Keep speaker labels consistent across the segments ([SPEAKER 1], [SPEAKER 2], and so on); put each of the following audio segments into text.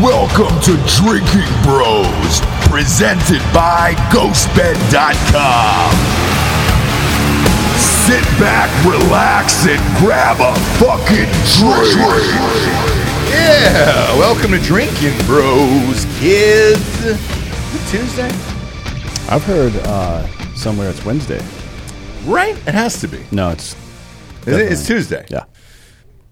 [SPEAKER 1] Welcome to Drinking Bros, presented by GhostBed.com. Sit back, relax, and grab a fucking drink. Yeah, welcome to Drinking Bros, kids. Is it Tuesday?
[SPEAKER 2] I've heard uh, somewhere it's Wednesday.
[SPEAKER 1] Right? It has to be.
[SPEAKER 2] No, it's
[SPEAKER 1] Is it? It's
[SPEAKER 2] Definitely.
[SPEAKER 1] Tuesday.
[SPEAKER 2] yeah.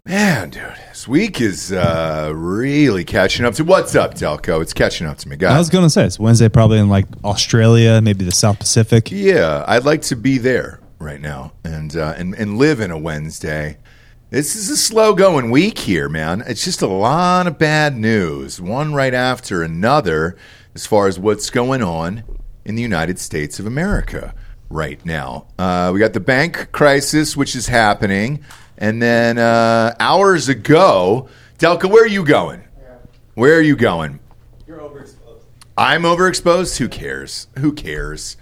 [SPEAKER 1] Man, dude, this week is uh, really catching up to what's up, Delco. It's catching up to me, guys.
[SPEAKER 3] I was going to say it's Wednesday, probably in like Australia, maybe the South Pacific.
[SPEAKER 1] Yeah, I'd like to be there right now and uh, and and live in a Wednesday. This is a slow going week here, man. It's just a lot of bad news, one right after another, as far as what's going on in the United States of America right now. Uh, we got the bank crisis, which is happening, and then uh, hours ago, Delka, where are you going? Where are you going? I'm overexposed. Who cares? Who cares?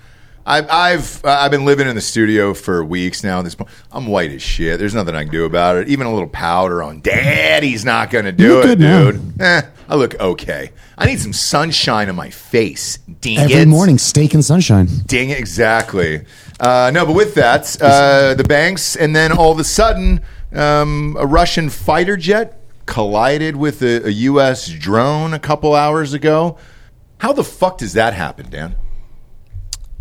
[SPEAKER 1] I've I've uh, I've been living in the studio for weeks now. At this point, I'm white as shit. There's nothing I can do about it. Even a little powder on Daddy's not going to do
[SPEAKER 3] look
[SPEAKER 1] it,
[SPEAKER 3] good now.
[SPEAKER 1] dude. Eh, I look okay. I need some sunshine on my face. Ding
[SPEAKER 4] Every
[SPEAKER 1] it.
[SPEAKER 4] morning, steak and sunshine.
[SPEAKER 1] Ding it. Exactly. Uh, no, but with that, uh, the banks, and then all of a sudden, um, a Russian fighter jet collided with a, a U.S. drone a couple hours ago. How the fuck does that happen, Dan?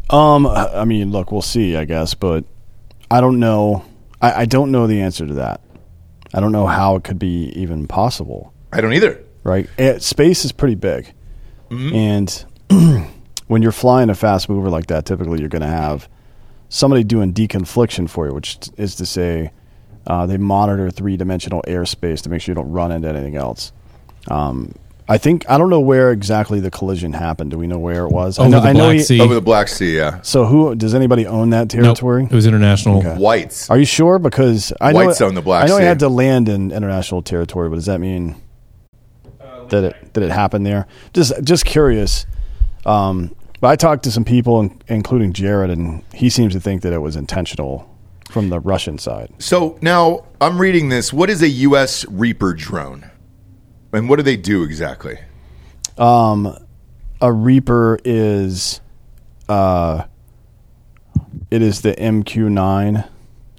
[SPEAKER 2] Um, I I mean, look, we'll see, I guess, but I don't know. I, I don't know the answer to that. I don't know how it could be even possible,
[SPEAKER 1] I don't either.
[SPEAKER 2] right? Eh, space is pretty big, and when you're flying a fast mover like that, typically you're going to have somebody doing deconfliction for you, which is to say, uh, they monitor three dimensional airspace to make sure you don't run into anything else. Um, I think I don't know where exactly the collision happened. Do we know where it was? I
[SPEAKER 3] Over
[SPEAKER 2] know,
[SPEAKER 3] the
[SPEAKER 2] I know
[SPEAKER 3] Black
[SPEAKER 2] he-
[SPEAKER 4] E.
[SPEAKER 3] Sea.
[SPEAKER 1] Over the Black Sea, yeah.
[SPEAKER 2] So who does anybody own that
[SPEAKER 3] Nope,
[SPEAKER 2] territory?
[SPEAKER 3] it was international.
[SPEAKER 1] Whites.
[SPEAKER 2] Are you sure? Because I know
[SPEAKER 1] Whites own the Black
[SPEAKER 2] I know
[SPEAKER 1] Sea.
[SPEAKER 2] he had to land in international territory, but does that mean that it did it happen there? Just just curious. Um, but I talked to some people, in- including Jared, and he seems to think that it was intentional from the Russian side.
[SPEAKER 1] So now I'm reading this. What is a U.S. Reaper drone? And what do they do exactly?
[SPEAKER 2] a Reaper is, uh, it is the MQ9,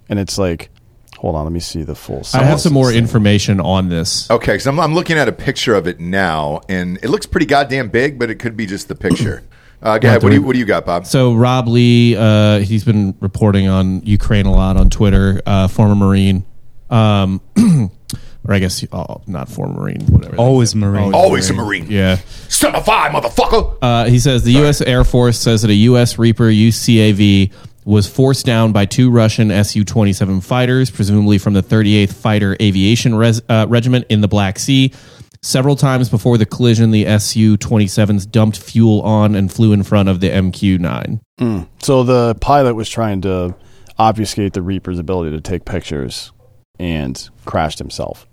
[SPEAKER 2] and it's like, hold on, let me see the full.
[SPEAKER 3] I have
[SPEAKER 2] size.
[SPEAKER 3] some more information on this.
[SPEAKER 1] Okay, because I'm, I'm looking at a picture of it now, and it looks pretty goddamn big, but it could be just the picture. Uh, go ahead. What do you What do you got, Bob?
[SPEAKER 3] So Rob Lee, uh, he's been reporting on Ukraine a lot on Twitter. Uh, former Marine, um, or I guess oh, not former Marine, whatever.
[SPEAKER 4] Oh.
[SPEAKER 5] Always Marine.
[SPEAKER 1] Always a Marine.
[SPEAKER 3] Yeah.
[SPEAKER 1] Step a five, motherfucker.
[SPEAKER 3] Uh, he says the U.S. Air Force says that a U.S. Reaper UCAV was forced down by two Russian Su 27 fighters, presumably from the 38th Fighter Aviation Res- uh, Regiment in the Black Sea. Several times before the collision, the Su 27s dumped fuel on and flew in front of the MQ 9.
[SPEAKER 2] So the pilot was trying to obfuscate the Reaper's ability to take pictures, and crashed himself.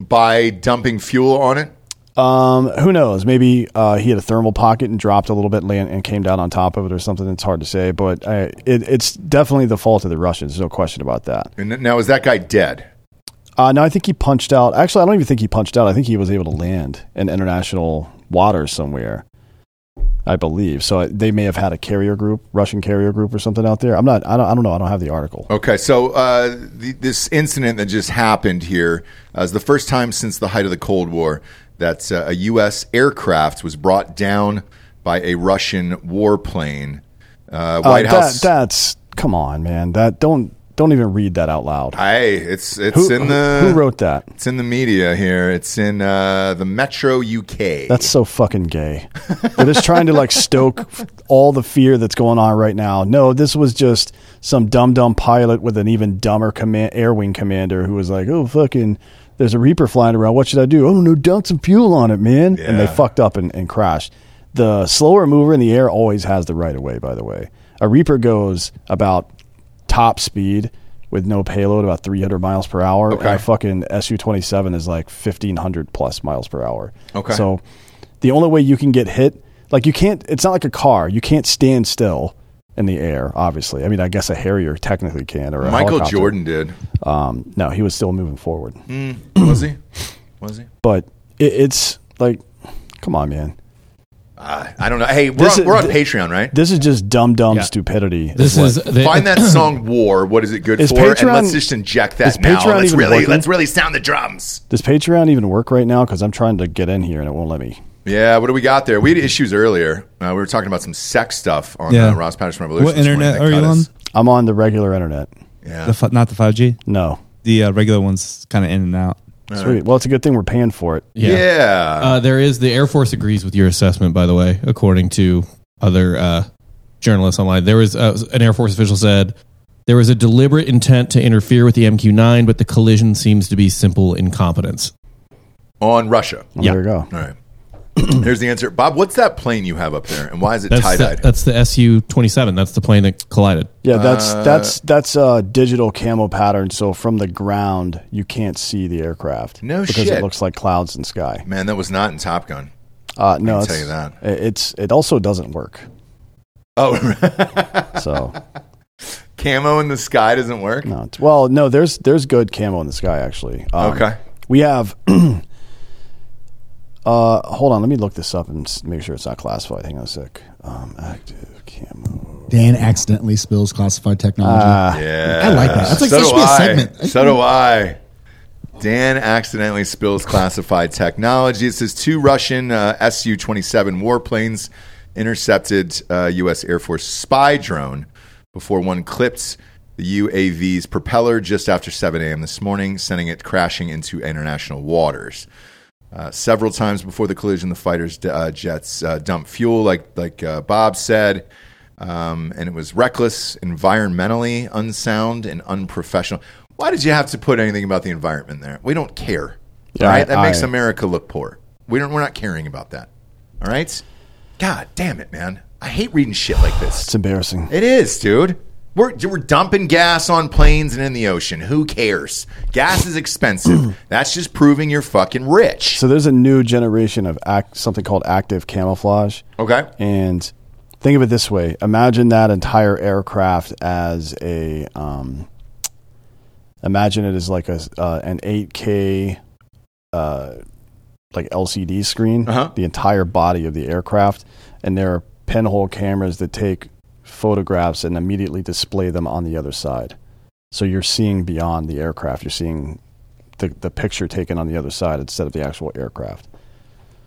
[SPEAKER 1] By dumping fuel on it.
[SPEAKER 2] Um, who knows? Maybe uh, he had a thermal pocket and dropped a little bit and, land, and came down on top of it or something. It's hard to say, but I, it, it's definitely the fault of the Russians. There's no question about that.
[SPEAKER 1] And now is that guy dead?
[SPEAKER 2] Uh, no, I think he punched out. Actually, I don't even think he punched out. I think he was able to land in international waters somewhere, I believe. So uh, they may have had a carrier group, Russian carrier group, or something out there. I'm not. I don't. I don't know. I don't have the article.
[SPEAKER 1] Okay, so uh, the, this incident that just happened here uh, is the first time since the height of the Cold War that uh, a U.S. aircraft was brought down by a Russian warplane. Uh, White
[SPEAKER 2] Uh,
[SPEAKER 1] House.
[SPEAKER 2] That, that's come on, man. That don't don't even read that out loud.
[SPEAKER 1] Hey, it's it's
[SPEAKER 2] Who,
[SPEAKER 1] in the
[SPEAKER 2] who wrote that?
[SPEAKER 1] It's in the media here. It's in uh, the Metro UK.
[SPEAKER 2] That's so fucking gay. They're just trying to like stoke f- all the fear that's going on right now. No, this was just some dumb dumb pilot with an even dumber command air wing commander who was like, "Oh fucking, there's a Reaper flying around. What should I do? Oh no, dump some fuel on it, man." And they
[SPEAKER 1] Yeah.
[SPEAKER 2] fucked up and, and crashed. The slower mover in the air always has the right of way. By the way, a Reaper goes about top speed. With no payload, about 300 miles per hour.
[SPEAKER 1] Okay.
[SPEAKER 2] And a fucking SU 27 is like 1,500 plus miles per hour.
[SPEAKER 1] Okay.
[SPEAKER 2] So the only way you can get hit, like you can't, it's not like a car. You can't stand still in the air, obviously. I mean, I guess a Harrier technically can or a
[SPEAKER 1] Michael
[SPEAKER 2] helicopter.
[SPEAKER 1] Jordan Hmm. did.
[SPEAKER 2] Um, no, he was still moving forward.
[SPEAKER 1] Was he? Was he?
[SPEAKER 2] But it, it's, like, come on, man.
[SPEAKER 1] Uh, I don't know. Hey, we're,
[SPEAKER 2] This
[SPEAKER 1] on,
[SPEAKER 2] is-
[SPEAKER 1] we're on
[SPEAKER 2] thi-
[SPEAKER 1] Patreon, right?
[SPEAKER 2] This is just dumb, dumb
[SPEAKER 3] Yeah.
[SPEAKER 2] stupidity.
[SPEAKER 3] This
[SPEAKER 2] what-
[SPEAKER 3] is the,
[SPEAKER 1] Find that song "War." What is it good
[SPEAKER 2] Is
[SPEAKER 1] for? and
[SPEAKER 2] Patreon-
[SPEAKER 1] let's just inject
[SPEAKER 2] is
[SPEAKER 1] that now.
[SPEAKER 2] Patreon
[SPEAKER 1] Let's
[SPEAKER 2] even
[SPEAKER 1] really
[SPEAKER 2] working?
[SPEAKER 1] let's really sound the drums.
[SPEAKER 2] does Patreon even work right now? Because I'm trying to get in here and it won't let me.
[SPEAKER 1] Yeah, what do we got there? We had issues earlier. Uh, we were talking about some sex stuff on
[SPEAKER 4] Yeah.
[SPEAKER 1] uh, Ross Patterson Revolution.
[SPEAKER 4] What
[SPEAKER 1] this morning
[SPEAKER 4] internet
[SPEAKER 1] that
[SPEAKER 4] are
[SPEAKER 1] cut
[SPEAKER 4] you on?
[SPEAKER 1] us.
[SPEAKER 2] I'm on the regular internet.
[SPEAKER 1] Yeah.
[SPEAKER 4] The fi- not the five G.
[SPEAKER 2] No,
[SPEAKER 4] The uh, regular one's kind of in and out.
[SPEAKER 2] sweet. Well, it's a good thing we're paying for it.
[SPEAKER 1] yeah.
[SPEAKER 3] Uh, there is the Air Force agrees with your assessment, by the way, according to other uh, journalists online. There was uh, an Air Force official said there was a deliberate intent to interfere with the MQ nine, but the collision seems to be simple incompetence.
[SPEAKER 1] on Russia.
[SPEAKER 2] Well,
[SPEAKER 3] Yeah.
[SPEAKER 2] There you go.
[SPEAKER 1] All right. Here's the answer. Bob, what's that plane you have up there and why is it
[SPEAKER 3] That's uh,
[SPEAKER 1] tie
[SPEAKER 3] the,
[SPEAKER 1] dyed?
[SPEAKER 3] that's the Su twenty seven. That's the plane that collided.
[SPEAKER 2] Yeah, that's
[SPEAKER 1] Uh,
[SPEAKER 2] that's that's a digital camo pattern. So from the ground, you can't see the aircraft.
[SPEAKER 1] No
[SPEAKER 2] because
[SPEAKER 1] shit.
[SPEAKER 2] it looks like clouds and sky.
[SPEAKER 1] Man, that was not in Top Gun.
[SPEAKER 2] Uh,
[SPEAKER 1] I can
[SPEAKER 2] no, it's,
[SPEAKER 1] tell you that.
[SPEAKER 2] it- It's it also doesn't work.
[SPEAKER 1] Oh,
[SPEAKER 2] So
[SPEAKER 1] camo in the sky doesn't work?
[SPEAKER 2] no, it's- well, no, there's there's good camo in the sky actually. Um,
[SPEAKER 1] Okay.
[SPEAKER 2] we have. uh, hold on, let me look this up and s- make sure it's not classified. Hang on a sec. Um, active camo.
[SPEAKER 5] Dan accidentally spills classified technology.
[SPEAKER 1] Uh, Yeah.
[SPEAKER 5] I like that. That's like- that should be a
[SPEAKER 1] I.
[SPEAKER 5] segment.
[SPEAKER 1] So do I. Dan accidentally spills classified technology. It says two Russian uh, Su 27 warplanes intercepted uh, U.S. Air Force spy drone before one clipped the UAV's propeller just after 7 a.m. this morning, sending it crashing into international waters. Uh, several times before the collision, the fighters' uh, jets uh, dumped fuel, like like uh, Bob said, um, and it was reckless, environmentally unsound, and unprofessional. Why did you have to put anything about the environment there? We don't care.
[SPEAKER 2] Yeah,
[SPEAKER 1] all right, that
[SPEAKER 2] I-
[SPEAKER 1] makes America look poor. We don't. We're not caring about that. All right. God damn it, man! I hate reading shit like this.
[SPEAKER 2] It's embarrassing.
[SPEAKER 1] It is, dude. We're, we're dumping gas on planes and in the ocean. Who cares? Gas is expensive. That's just proving you're fucking rich.
[SPEAKER 2] So there's a new generation of act, something called active camouflage.
[SPEAKER 1] Okay.
[SPEAKER 2] And think of it this way: imagine that entire aircraft as a, um, imagine it as like a s- uh, an 8K, uh, like LCD screen,
[SPEAKER 1] Uh-huh.
[SPEAKER 2] the entire body of the aircraft, and there are pinhole cameras that take photographs and immediately display them on the other side. So you're seeing beyond the aircraft. You're seeing the, the picture taken on the other side instead of the actual aircraft.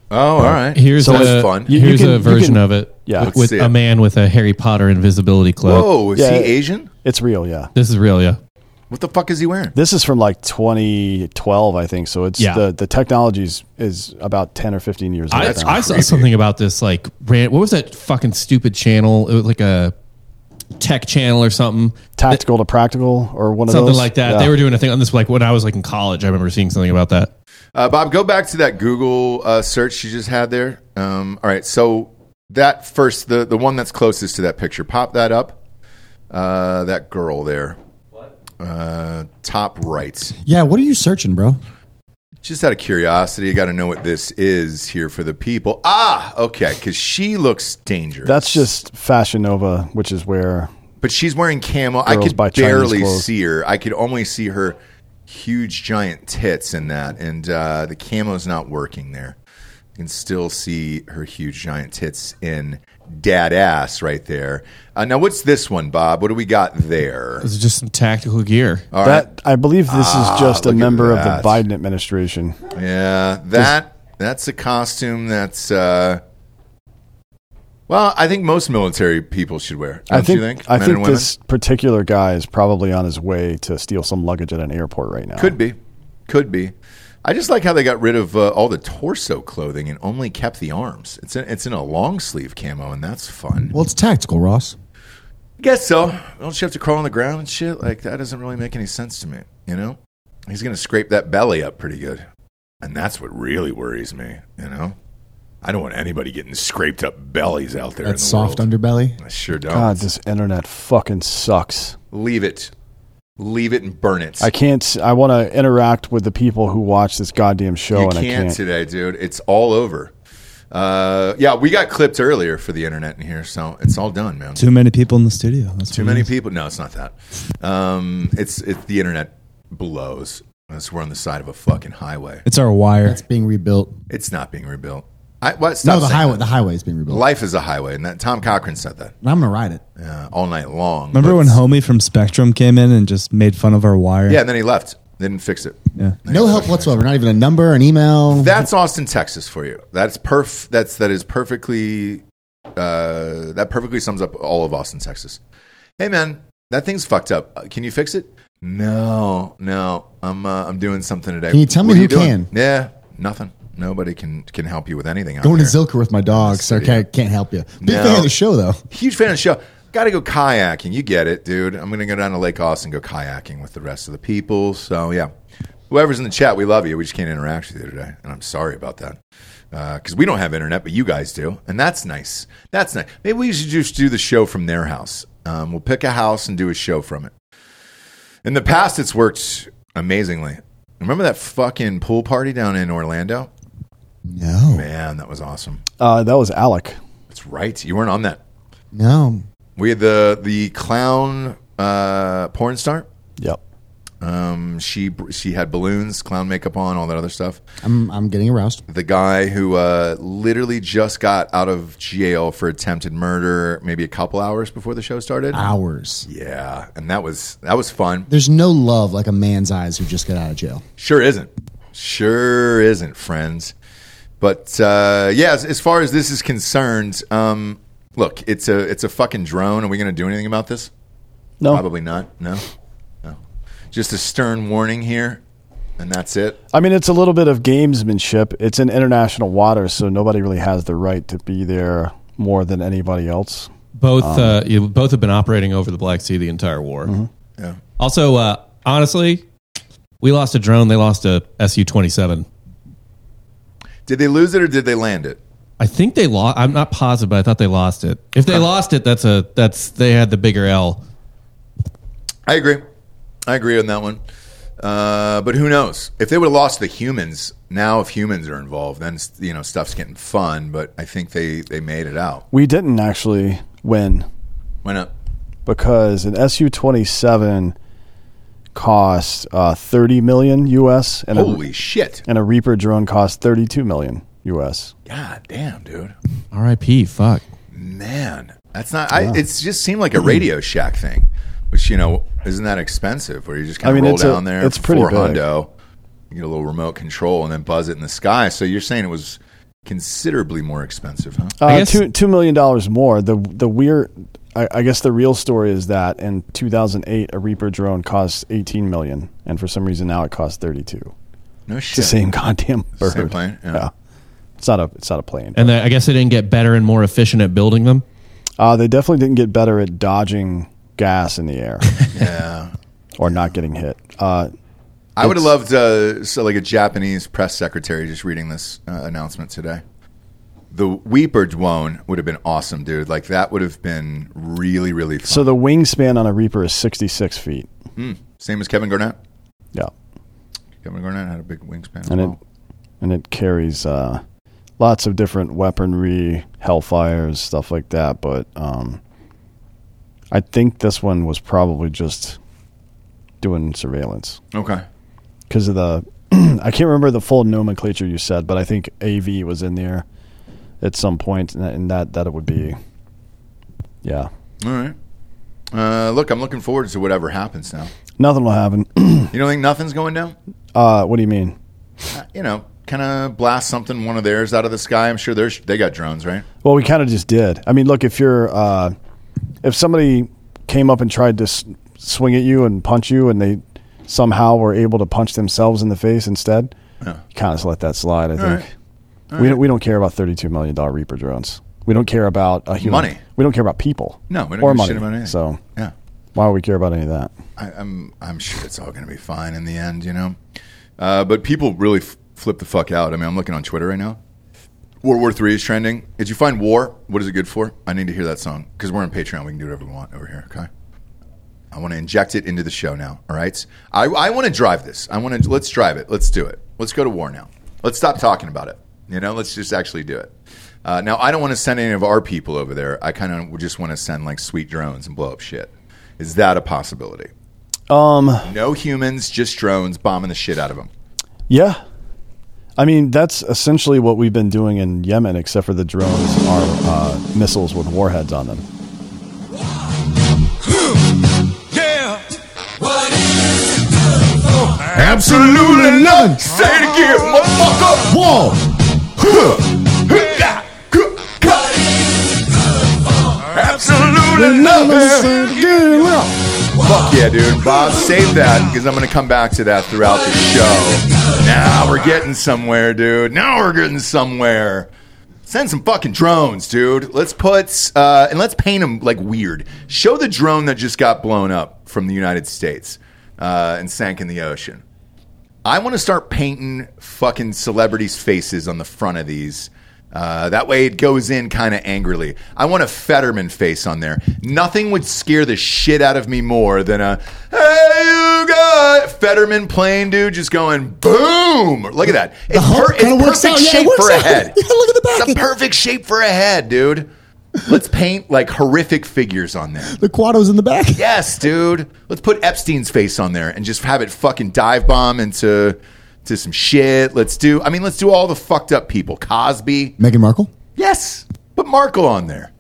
[SPEAKER 1] Oh, all right.
[SPEAKER 3] Here's
[SPEAKER 1] so
[SPEAKER 3] a
[SPEAKER 1] it's fun.
[SPEAKER 2] You-
[SPEAKER 3] here's
[SPEAKER 2] can-
[SPEAKER 3] a
[SPEAKER 2] you
[SPEAKER 3] version
[SPEAKER 2] can-
[SPEAKER 3] of it.
[SPEAKER 2] Yeah.
[SPEAKER 3] with,
[SPEAKER 1] Let's
[SPEAKER 3] with
[SPEAKER 1] see
[SPEAKER 3] a
[SPEAKER 1] it.
[SPEAKER 3] man with a Harry Potter invisibility cloak.
[SPEAKER 1] Whoa, is
[SPEAKER 2] Yeah.
[SPEAKER 1] he Asian?
[SPEAKER 2] It's real, yeah.
[SPEAKER 3] This is real, yeah.
[SPEAKER 1] What the fuck is he wearing?
[SPEAKER 2] This is from like 2012, I think. So it's
[SPEAKER 3] Yeah.
[SPEAKER 2] the the technology is, is about 10 or 15 years old.
[SPEAKER 3] I,
[SPEAKER 2] now.
[SPEAKER 3] I saw something about this like rant. What was that fucking stupid channel? It was like a tech channel or something,
[SPEAKER 2] Tactical to practical, or one of
[SPEAKER 3] something
[SPEAKER 2] those.
[SPEAKER 3] like that.
[SPEAKER 2] Yeah.
[SPEAKER 3] They were doing a thing on this like when I was like in college. I remember seeing something about that.
[SPEAKER 1] Uh, Bob, go back to that Google uh, search you just had there. Um, all right, so that first, the the one that's closest to that picture, pop that up. Uh, that girl there, uh, top right.
[SPEAKER 5] yeah, what are you searching, bro?
[SPEAKER 1] Just out of curiosity, you got to know what this is here for the people. Ah, okay, because she looks dangerous.
[SPEAKER 2] That's just Fashion Nova, which is where
[SPEAKER 1] But she's wearing camo. I
[SPEAKER 2] Girls
[SPEAKER 1] could
[SPEAKER 2] buy Chinese
[SPEAKER 1] barely
[SPEAKER 2] clothes.
[SPEAKER 1] see her. I could only see her huge, giant tits in that, and uh, the camo's not working there. You can still see her huge, giant tits in dad ass right there. Uh, now, what's this one, Bob? What do we got there?
[SPEAKER 3] It's just some tactical gear.
[SPEAKER 1] All right, Ah,
[SPEAKER 2] that I believe this is just a
[SPEAKER 1] look at
[SPEAKER 2] member of the
[SPEAKER 1] that.
[SPEAKER 2] Biden administration.
[SPEAKER 1] yeah, that that's a costume that's. Uh, well, I think most military people should wear. Don't
[SPEAKER 2] I think,
[SPEAKER 1] you think?
[SPEAKER 2] I
[SPEAKER 1] Men
[SPEAKER 2] think
[SPEAKER 1] and women?
[SPEAKER 2] this particular guy is probably on his way to steal some luggage at an airport right now.
[SPEAKER 1] Could be. Could be. I just like how they got rid of uh, all the torso clothing and only kept the arms. It's in, it's in a long sleeve camo, and that's fun.
[SPEAKER 5] Well, it's tactical, Ross.
[SPEAKER 1] Guess so. Don't you have to crawl on the ground and shit? Like, that doesn't really make any sense to me, you know? He's going to scrape that belly up pretty good. And that's what really worries me, you know? I don't want anybody getting scraped up bellies out there. in
[SPEAKER 5] That
[SPEAKER 1] the
[SPEAKER 5] soft
[SPEAKER 1] world.
[SPEAKER 5] underbelly.
[SPEAKER 1] I sure don't.
[SPEAKER 2] God, this internet fucking sucks.
[SPEAKER 1] Leave it. Leave it and burn it.
[SPEAKER 2] I can't. s- I want to interact with the people who watch this goddamn show,
[SPEAKER 1] you
[SPEAKER 2] and
[SPEAKER 1] can't,
[SPEAKER 2] I can't.
[SPEAKER 1] today, dude. It's all over. Uh, yeah, we got clipped earlier for the internet in here, so it's all done, man. Too,
[SPEAKER 4] Too many people in the studio. That's what it
[SPEAKER 1] many
[SPEAKER 4] is.
[SPEAKER 1] people. No, it's not that. Um, it's it's the internet blows. Unless we're on the side of a fucking highway.
[SPEAKER 4] It's our wire.
[SPEAKER 5] That's being rebuilt.
[SPEAKER 1] It's not being rebuilt. I, well, stop
[SPEAKER 5] No, the
[SPEAKER 1] saying
[SPEAKER 5] highway.
[SPEAKER 1] that.
[SPEAKER 5] The highway is being rebuilt.
[SPEAKER 1] Life is a highway, and that Tom Cochran said that
[SPEAKER 5] I'm gonna ride it.
[SPEAKER 1] uh, all night long.
[SPEAKER 4] Remember
[SPEAKER 1] But-
[SPEAKER 4] when Homie from Spectrum came in and just made fun of our wire?
[SPEAKER 1] Yeah, and then he left. They didn't fix it.
[SPEAKER 4] Yeah.
[SPEAKER 5] No help whatsoever. Not even a number, an email.
[SPEAKER 1] That's Austin, Texas for you. That's perf. That's that is perfectly. Uh, that perfectly sums up all of Austin, Texas. Hey man, that thing's fucked up. Uh, Can you fix it? No, no. I'm uh, I'm doing something today.
[SPEAKER 5] Can you tell me
[SPEAKER 1] What are
[SPEAKER 5] who
[SPEAKER 1] doing?
[SPEAKER 5] can?
[SPEAKER 1] Yeah, nothing. Nobody can can help you with anything. out
[SPEAKER 5] Going to
[SPEAKER 1] there.
[SPEAKER 5] Zilker with my dog, so I can't, can't help you. Big
[SPEAKER 1] No.
[SPEAKER 5] fan of the show though.
[SPEAKER 1] Huge fan of the show. Got to go kayaking. You get it, dude. I'm gonna go down to Lake Austin go kayaking with the rest of the people. So yeah, whoever's in the chat, we love you. We just can't interact with you today, and I'm sorry about that because we don't have internet, but you guys do, and that's nice. That's nice. Maybe we should just do the show from their house. Um, we'll pick a house and do a show from it. In the past, it's worked amazingly. Remember that fucking pool party down in Orlando?
[SPEAKER 5] No,
[SPEAKER 1] Man, that was awesome.
[SPEAKER 2] Uh, that was Alec.
[SPEAKER 1] That's right. You weren't on that.
[SPEAKER 5] no.
[SPEAKER 1] We had the the clown uh, porn star.
[SPEAKER 2] Yep.
[SPEAKER 1] Um, she she had balloons, clown makeup on, all that other stuff.
[SPEAKER 5] I'm I'm getting aroused.
[SPEAKER 1] The guy who uh, literally just got out of jail for attempted murder, maybe a couple hours before the show started.
[SPEAKER 5] Ah. Hours.
[SPEAKER 1] Yeah, and that was that was fun.
[SPEAKER 5] There's no love like a man's eyes who just got out of jail.
[SPEAKER 1] Sure isn't. Sure isn't, friends. But uh, yeah, as, as far as this is concerned, um, look, it's a it's a fucking drone. Are we going to do anything about this?
[SPEAKER 2] No,
[SPEAKER 1] Probably not. No. No. Just a stern warning here, and that's it.
[SPEAKER 2] I mean it's a little bit of gamesmanship. It's in international waters, so nobody really has the right to be there more than anybody else.
[SPEAKER 3] Both
[SPEAKER 2] Um,
[SPEAKER 3] uh, you both have been operating over the Black Sea the entire war.
[SPEAKER 2] Mm-hmm.
[SPEAKER 1] Yeah.
[SPEAKER 3] Also, uh, honestly, we lost a drone. They lost a Su twenty seven.
[SPEAKER 1] Did they lose it or did they land it?
[SPEAKER 3] I think they lost. I'm not positive, but I thought they lost it. If they lost it, that's a that's they had the bigger L.
[SPEAKER 1] I agree. I agree on that one. Uh, but who knows? If they would have lost the humans, now if humans are involved, then you know stuff's getting fun. But I think they they made it out.
[SPEAKER 2] We didn't actually win
[SPEAKER 1] Why not?
[SPEAKER 2] because an SU twenty seven cost uh, thirty million US, and a,
[SPEAKER 1] Holy shit!
[SPEAKER 2] and a Reaper drone cost thirty two million US.
[SPEAKER 1] God damn, dude.
[SPEAKER 3] R.I.P. Fuck.
[SPEAKER 1] Man, that's not. I, it's just seemed like a Radio Shack thing, which you know isn't that expensive. Where you just kind
[SPEAKER 2] I
[SPEAKER 1] of
[SPEAKER 2] mean,
[SPEAKER 1] roll
[SPEAKER 2] it's a-
[SPEAKER 1] down there,
[SPEAKER 2] it's pretty
[SPEAKER 1] four
[SPEAKER 2] big.
[SPEAKER 1] hundo, you get a little remote control, and then buzz it in the sky. So you're saying it was considerably more expensive, huh?
[SPEAKER 2] Uh,
[SPEAKER 3] guess-
[SPEAKER 2] two two million dollars more. The the weird, I, I guess the real story is that in 2008, a Reaper drone cost 18 million, and for some reason now it costs 32. It's
[SPEAKER 1] No shit.
[SPEAKER 2] the same goddamn bird.
[SPEAKER 1] Same plane, yeah.
[SPEAKER 2] It's not a it's not a plane.
[SPEAKER 3] And then I guess they didn't get better and more efficient at building them.
[SPEAKER 2] Uh, they definitely didn't get better at dodging gas in the air
[SPEAKER 1] Yeah.
[SPEAKER 2] or not getting hit. Uh,
[SPEAKER 1] I would have loved uh, so like a Japanese press secretary just reading this uh, announcement today. The Weeper drone would have been awesome, dude. Like that would have been really, really fun.
[SPEAKER 2] so the wingspan on a Reaper is 66 feet.
[SPEAKER 1] Hmm. Same as Kevin Garnett.
[SPEAKER 2] Yeah,
[SPEAKER 1] Kevin Garnett had a big wingspan. As
[SPEAKER 2] and
[SPEAKER 1] well.
[SPEAKER 2] it and it carries uh, lots of different weaponry, hellfires, stuff like that. But um, I think this one was probably just doing surveillance
[SPEAKER 1] Okay.
[SPEAKER 2] because of the. I can't remember the full nomenclature you said, but I think AV was in there at some point, and that and that, that it would be. Yeah,
[SPEAKER 1] All right. Uh, look, I'm looking forward to whatever happens now.
[SPEAKER 2] nothing will happen.
[SPEAKER 1] You don't think nothing's going down?
[SPEAKER 2] uh, what do you mean?
[SPEAKER 1] Uh, you know, kind of blast something one of theirs out of the sky. I'm sure there's they got drones, right?
[SPEAKER 2] Well, we kind of just did. I mean, look, if you're uh, if somebody came up and tried to s- swing at you and punch you, and they somehow were able to punch themselves in the face instead, you kind of let that slide. I think
[SPEAKER 1] right.
[SPEAKER 2] we don't, we don't care about thirty two million dollar Reaper drones. We don't care about a human.
[SPEAKER 1] Money.
[SPEAKER 2] We don't care about people.
[SPEAKER 1] No, we don't
[SPEAKER 2] or
[SPEAKER 1] give a
[SPEAKER 2] money.
[SPEAKER 1] shit about anything.
[SPEAKER 2] So
[SPEAKER 1] Yeah.
[SPEAKER 2] why would we care about any of that?
[SPEAKER 1] I, I'm I'm sure it's all going to be fine in the end, you know. Uh, but people really f- flip the fuck out. I mean, I'm looking on Twitter right now. World War Three is trending. Did you find war? What is it good for? I need to hear that song because we're on Patreon. We can do whatever we want over here. Okay. I want to inject it into the show now. All right. I, I want to drive this. I want to let's drive it. Let's do it. Let's go to war now. Let's stop talking about it. You know, let's just actually do it. Uh, now, I don't want to send any of our people over there. I kind of just want to send like sweet drones and blow up shit. Is that a possibility?
[SPEAKER 2] Um,
[SPEAKER 1] No humans, just drones bombing the shit out of them.
[SPEAKER 2] Yeah. I mean, that's essentially what we've been doing in Yemen, except for the drones are uh, missiles with warheads on them.
[SPEAKER 1] Absolutely nothing. Say it again, motherfucker. Whoa. Absolutely nothing. Fuck yeah, dude. Bob, save that because I'm going to come back to that throughout the show. Now we're getting somewhere, dude. Now we're getting somewhere. Send some fucking drones, dude. Let's put uh, and let's paint them like weird. Show the drone that just got blown up from the United States uh, and sank in the ocean. I want to start painting fucking celebrities' faces on the front of these. Uh, that way it goes in kind of angrily. I want a Fetterman face on there. Nothing would scare the shit out of me more than a hey you got Fetterman plane dude just going boom. Look at that. It's,
[SPEAKER 5] hump
[SPEAKER 1] per- it's
[SPEAKER 5] kinda
[SPEAKER 1] perfect
[SPEAKER 5] works out. Yeah, it
[SPEAKER 1] shape
[SPEAKER 5] works
[SPEAKER 1] for a
[SPEAKER 5] out.
[SPEAKER 1] head.
[SPEAKER 5] Yeah, look at the back.
[SPEAKER 1] It's a perfect shape for a head, dude. Let's paint like horrific figures on there.
[SPEAKER 5] The Quado's in the back.
[SPEAKER 1] Yes, dude. Let's put Epstein's face on there and just have it fucking dive bomb into to some shit. Let's do. I mean, let's do all the fucked up people. Cosby.
[SPEAKER 5] Meghan Markle.
[SPEAKER 1] Yes. Put Markle on there.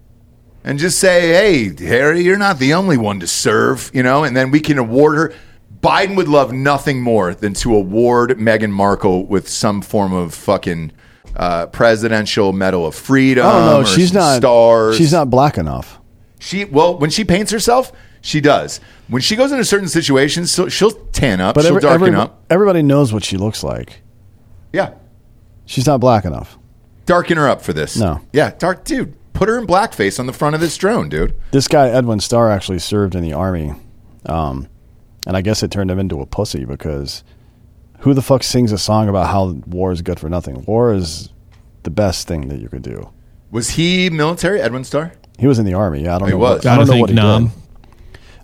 [SPEAKER 1] And just say, hey, Harry, you're not the only one to serve, you know, and then we can award her. Biden would love nothing more than to award Meghan Markle with some form of fucking uh, presidential medal of freedom.
[SPEAKER 2] I don't know.
[SPEAKER 1] Um, or
[SPEAKER 2] Oh, she's
[SPEAKER 1] some
[SPEAKER 2] not.
[SPEAKER 1] stars.
[SPEAKER 2] She's not black enough.
[SPEAKER 1] She well, when she paints herself, she does. When she goes into certain situations, so she'll tan up,
[SPEAKER 2] But
[SPEAKER 1] she'll
[SPEAKER 2] every,
[SPEAKER 1] darken
[SPEAKER 2] every-
[SPEAKER 1] up.
[SPEAKER 2] everybody knows what she looks like.
[SPEAKER 1] Yeah,
[SPEAKER 2] She's not black enough.
[SPEAKER 1] darken her up for this.
[SPEAKER 2] No.
[SPEAKER 1] yeah, dark dude. Put her in blackface on the front of this drone, dude.
[SPEAKER 2] This guy Edwin Starr actually served in the army, um, and I guess it turned him into a pussy because who the fuck sings a song about how war is good for nothing? War is the best thing that you could do.
[SPEAKER 1] Was he military? Edwin Starr?
[SPEAKER 2] He was in the army. Yeah, I don't
[SPEAKER 1] He
[SPEAKER 2] know.
[SPEAKER 1] was.
[SPEAKER 2] What, I
[SPEAKER 3] Gotta
[SPEAKER 2] don't know
[SPEAKER 3] think
[SPEAKER 2] what he
[SPEAKER 3] Nam.
[SPEAKER 2] did.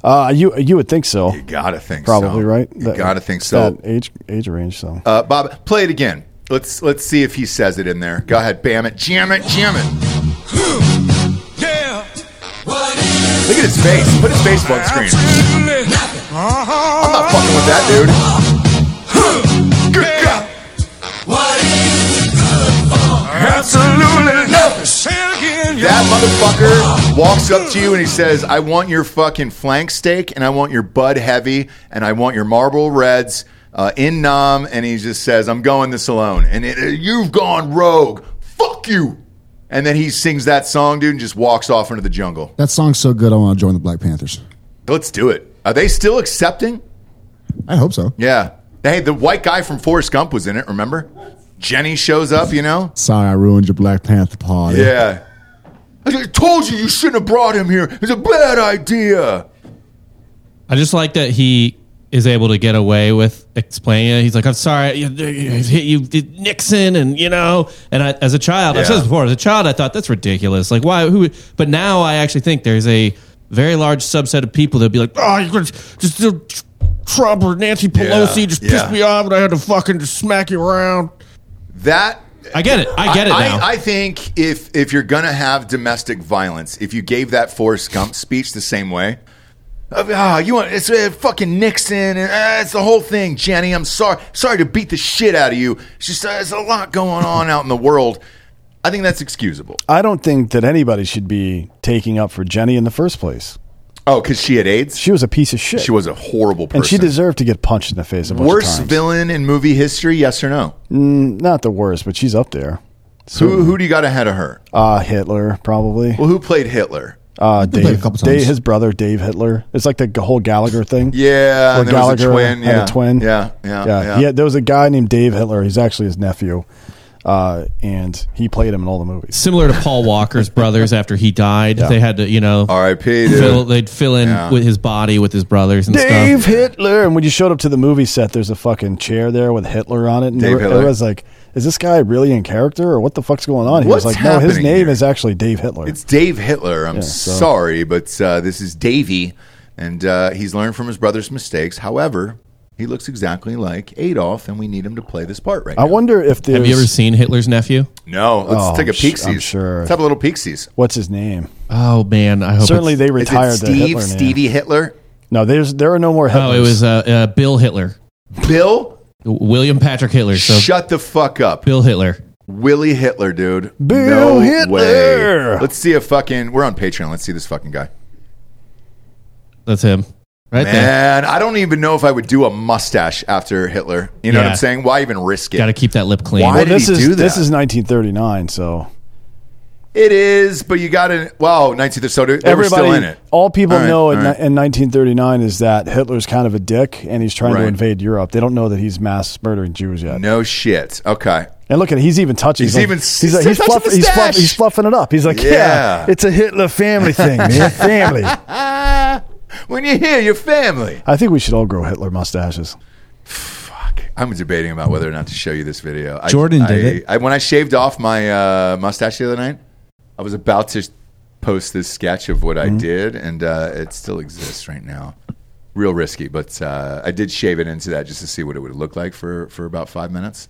[SPEAKER 2] Uh, you you would think so.
[SPEAKER 1] You gotta think so.
[SPEAKER 2] Probably right.
[SPEAKER 1] You
[SPEAKER 2] That-
[SPEAKER 1] gotta think
[SPEAKER 2] it's
[SPEAKER 1] so.
[SPEAKER 2] That age age range. So
[SPEAKER 1] Uh, Bob, play it again. Let's let's see if he says it in there. Go ahead, bam it, jam it, jam it. Look at his face. Put his face on screen. I'm not fucking with that, dude. Good God.
[SPEAKER 6] Absolutely
[SPEAKER 1] That motherfucker walks up to you and he says, I want your fucking flank steak and I want your Bud Heavy and I want your Marble Reds uh, in Nam. And he just says, I'm going this alone. And it, uh, you've gone rogue. Fuck you. And then he sings that song, dude, and just walks off into the jungle.
[SPEAKER 5] That song's so good. I want to join the Black Panthers.
[SPEAKER 1] Let's do it. Are they still accepting?
[SPEAKER 5] I hope so.
[SPEAKER 1] Yeah. Hey, the white guy from Forrest Gump was in it, remember? Jenny shows up, you know?
[SPEAKER 5] Sorry, I ruined your Black Panther party.
[SPEAKER 1] Yeah. I just told you you shouldn't have brought him here. It's a bad idea.
[SPEAKER 3] I just like that he is able to get away with explaining it. He's like, I'm sorry, you, you, you did Nixon, and you know. And I, as a child, I've said
[SPEAKER 1] Yeah.
[SPEAKER 3] this before, as a child, I thought that's ridiculous. Like, why? Who? But now I actually think there's a very large subset of people that'd be like, oh, you're gonna just do Trump or Nancy Pelosi just
[SPEAKER 1] Yeah.
[SPEAKER 3] pissed me off, and I had to fucking just smack you around.
[SPEAKER 1] That
[SPEAKER 3] I get it. I get it now.
[SPEAKER 1] I, think if if you're gonna have domestic violence, if you gave that Forrest Gump speech the same way, uh, ah, you want it's uh, fucking Nixon and uh, it's the whole thing, Jenny. I'm sorry, sorry to beat the shit out of you. It's just uh, there's a lot going on out in the world. I think that's excusable.
[SPEAKER 2] I don't think that anybody should be taking up for Jenny in the first place.
[SPEAKER 1] Oh, because she had AIDS. She,
[SPEAKER 2] She was a piece of shit.
[SPEAKER 1] was a horrible person.
[SPEAKER 2] and she deserved to get punched in the face a bunch
[SPEAKER 1] worst
[SPEAKER 2] of times.
[SPEAKER 1] villain in movie history. Yes or no?
[SPEAKER 2] Not the worst, but she's up there.
[SPEAKER 1] Who who do you got ahead of her?
[SPEAKER 2] Uh, Hitler probably.
[SPEAKER 1] Well, who played Hitler?
[SPEAKER 2] Uh, Dave,
[SPEAKER 5] played a couple
[SPEAKER 2] Dave-
[SPEAKER 5] times.
[SPEAKER 2] his brother Dave Hitler. It's like the whole Gallagher thing.
[SPEAKER 1] Yeah,
[SPEAKER 2] Where
[SPEAKER 1] and there was a
[SPEAKER 2] Gallagher
[SPEAKER 1] twin,
[SPEAKER 2] had
[SPEAKER 1] yeah.
[SPEAKER 2] a twin.
[SPEAKER 1] Yeah, yeah, yeah.
[SPEAKER 2] He had- there was a guy named Dave Hitler. He's actually his nephew, uh, and he played him in all the movies.
[SPEAKER 3] Similar to Paul Walker's brothers after he died, they had to, you know,
[SPEAKER 1] R.I.P. dude.
[SPEAKER 3] fill, they'd fill in
[SPEAKER 1] Yeah.
[SPEAKER 3] with his body with his brothers and stuff.
[SPEAKER 2] Dave Hitler. And when you showed up to the movie set, there's a fucking chair there with Hitler on it, and
[SPEAKER 1] Dave
[SPEAKER 2] everyone-
[SPEAKER 1] Hitler.
[SPEAKER 2] everyone's like, "Is this guy really in character, or what the fuck's going on?" He
[SPEAKER 1] What's
[SPEAKER 2] was like, "No, his
[SPEAKER 1] happening
[SPEAKER 2] name
[SPEAKER 1] here?"
[SPEAKER 2] is actually Dave Hitler."
[SPEAKER 1] It's Dave Hitler. I'm
[SPEAKER 2] so-
[SPEAKER 1] sorry, but uh, this is Davey, and uh, he's learned from his brother's mistakes. However, he looks exactly like Adolf, and we need him to play this part right
[SPEAKER 2] I
[SPEAKER 1] now.
[SPEAKER 2] wonder if there's
[SPEAKER 3] Have you ever seen Hitler's nephew?
[SPEAKER 1] no, let's
[SPEAKER 2] Oh,
[SPEAKER 1] take a
[SPEAKER 2] I'm
[SPEAKER 1] peek.
[SPEAKER 2] sh- I'm sure.
[SPEAKER 1] Let's have a little peeksies.
[SPEAKER 2] what's his name.
[SPEAKER 3] Oh man, I hope
[SPEAKER 2] Certainly,
[SPEAKER 3] it's-
[SPEAKER 2] they retired
[SPEAKER 1] is it
[SPEAKER 2] the
[SPEAKER 1] Steve
[SPEAKER 2] Hitler name.
[SPEAKER 1] Stevie Hitler?
[SPEAKER 2] No, there's there are no more
[SPEAKER 3] Oh,
[SPEAKER 2] Hitlers.
[SPEAKER 3] it was uh, uh, Bill Hitler,
[SPEAKER 1] Bill,
[SPEAKER 3] William Patrick Hitler. So
[SPEAKER 1] shut the fuck up.
[SPEAKER 3] Bill Hitler.
[SPEAKER 1] Willie Hitler, dude.
[SPEAKER 2] Bill Hitler!
[SPEAKER 1] Way. Let's see a fucking. We're on Patreon. Let's see this fucking guy.
[SPEAKER 3] That's him, right there.
[SPEAKER 1] Man, I don't even know if I would do a mustache after Hitler. You know what
[SPEAKER 3] Yeah.
[SPEAKER 1] I'm saying? Why even risk it?
[SPEAKER 3] Got to keep that lip clean.
[SPEAKER 1] Why-
[SPEAKER 2] Well,
[SPEAKER 1] did
[SPEAKER 2] this
[SPEAKER 1] he
[SPEAKER 2] is
[SPEAKER 1] do that?
[SPEAKER 2] this is 1939, so
[SPEAKER 1] It is, but you got to. Wow, 19th. So they were
[SPEAKER 2] everybody,
[SPEAKER 1] still in it.
[SPEAKER 2] all people
[SPEAKER 1] All right,
[SPEAKER 2] know in,
[SPEAKER 1] all right.
[SPEAKER 2] in 1939 is that Hitler's kind of a dick and he's trying
[SPEAKER 1] Right.
[SPEAKER 2] to invade Europe. They don't know that he's mass murdering Jews yet.
[SPEAKER 1] No shit. Okay.
[SPEAKER 2] And look at it, he's even touching.
[SPEAKER 1] He's
[SPEAKER 2] like-
[SPEAKER 1] even-
[SPEAKER 2] he's, like,
[SPEAKER 1] he's
[SPEAKER 2] he's,
[SPEAKER 1] touching
[SPEAKER 2] fluff,
[SPEAKER 1] the
[SPEAKER 2] he's, fluff,
[SPEAKER 1] stash.
[SPEAKER 2] he's fluffing it up. He's like, yeah.
[SPEAKER 1] Yeah.
[SPEAKER 2] it's a Hitler family thing, man. family.
[SPEAKER 1] Ah, when you hear your family.
[SPEAKER 2] I think we should all grow Hitler mustaches.
[SPEAKER 1] Fuck. I'm debating about whether or not to show you this video. I-
[SPEAKER 4] Jordan
[SPEAKER 1] I,
[SPEAKER 4] did it.
[SPEAKER 1] I, when I shaved off my uh, mustache the other night, I was about to post this sketch of what
[SPEAKER 4] Mm-hmm.
[SPEAKER 1] I did, and uh, it still exists right now. Real risky, but uh, I did shave it into that just to see what it would look like for, for about five minutes.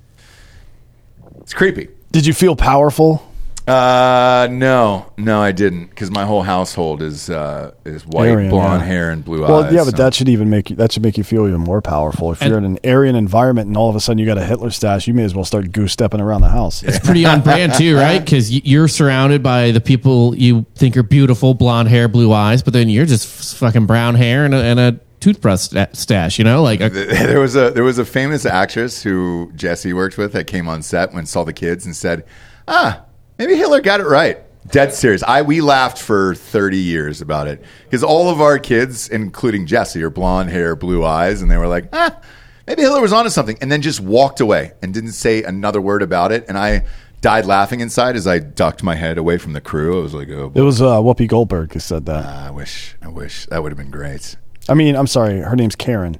[SPEAKER 1] It's creepy.
[SPEAKER 2] Did you feel powerful?
[SPEAKER 1] Uh, no, no, I didn't, because my whole household is uh, is white,
[SPEAKER 2] Aryan,
[SPEAKER 1] blonde
[SPEAKER 2] yeah.
[SPEAKER 1] hair, and blue
[SPEAKER 2] Well,
[SPEAKER 1] eyes.
[SPEAKER 2] yeah, but
[SPEAKER 1] so-
[SPEAKER 2] that should even make you, that should make you feel even more powerful. If you're in an Aryan environment and all of a sudden you got a Hitler stash, you may as well start goose stepping around the house.
[SPEAKER 3] Pretty on brand too, right? Because you're surrounded by the people you think are beautiful, blonde hair, blue eyes, but then you're just f- fucking brown hair and a, and a toothbrush sta- stash. You know, like uh, a,
[SPEAKER 1] there was a there was a famous actress who Jesse worked with that came on set when saw the kids and said, "Ah, maybe Hitler got it right." Dead serious. I we laughed for thirty years about it because all of our kids, including Jesse, are blonde hair, blue eyes, and they were like, "Ah, maybe Hitler was onto something," and then just walked away and didn't say another word about it. And I died laughing inside as I ducked my head away from the crew. I was like, "Oh,
[SPEAKER 2] It
[SPEAKER 1] boy,
[SPEAKER 2] was uh, Whoopi Goldberg who said that.
[SPEAKER 1] I wish, I wish that would have been great."
[SPEAKER 2] I mean, I'm sorry, her name's Karen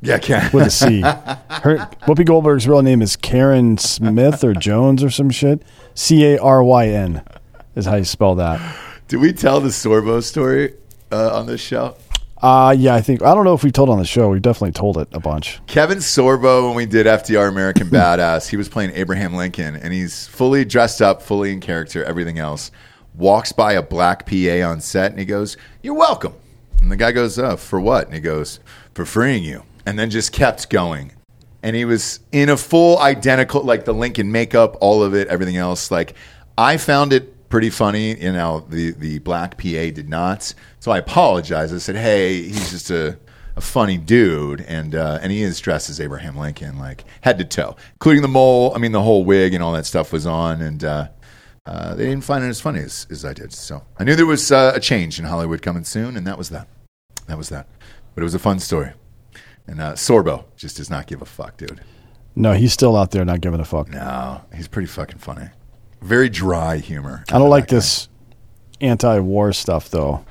[SPEAKER 1] Yeah, Karen.
[SPEAKER 2] with a C. Her Whoopi Goldberg's real name is Karen Smith or Jones or some shit. C A R Y N is how you spell that.
[SPEAKER 1] Did we tell the Sorbo story uh, on this show?
[SPEAKER 2] Uh yeah, I think I don't know if we've told on the show. We've definitely told it a bunch.
[SPEAKER 1] Kevin Sorbo, when we did FDR American Badass, he was playing Abraham Lincoln, and he's fully dressed up, fully in character, everything else. Walks by a black PA on set, and he goes, "You're welcome." And the guy goes, "Uh, for what?" And he goes, "For freeing you." And then just kept going, and he was in a full identical, like the Lincoln makeup, all of it, everything else. Like I found it pretty funny. You know, the the black PA did not, so I apologized. I said, "Hey, he's just a." a funny dude, and uh, and he is dressed as Abraham Lincoln, like head to toe, including the mole. I mean, the whole wig and all that stuff was on, and uh, uh, they didn't find it as funny as, as I did. So I knew there was uh, a change in Hollywood coming soon, and that was that. That was that. But it was a fun story. And uh, Sorbo just does not give a fuck, dude.
[SPEAKER 2] No, he's still out there not giving a fuck.
[SPEAKER 1] No, he's pretty fucking funny. Very dry humor.
[SPEAKER 2] I don't like this anti-war stuff though.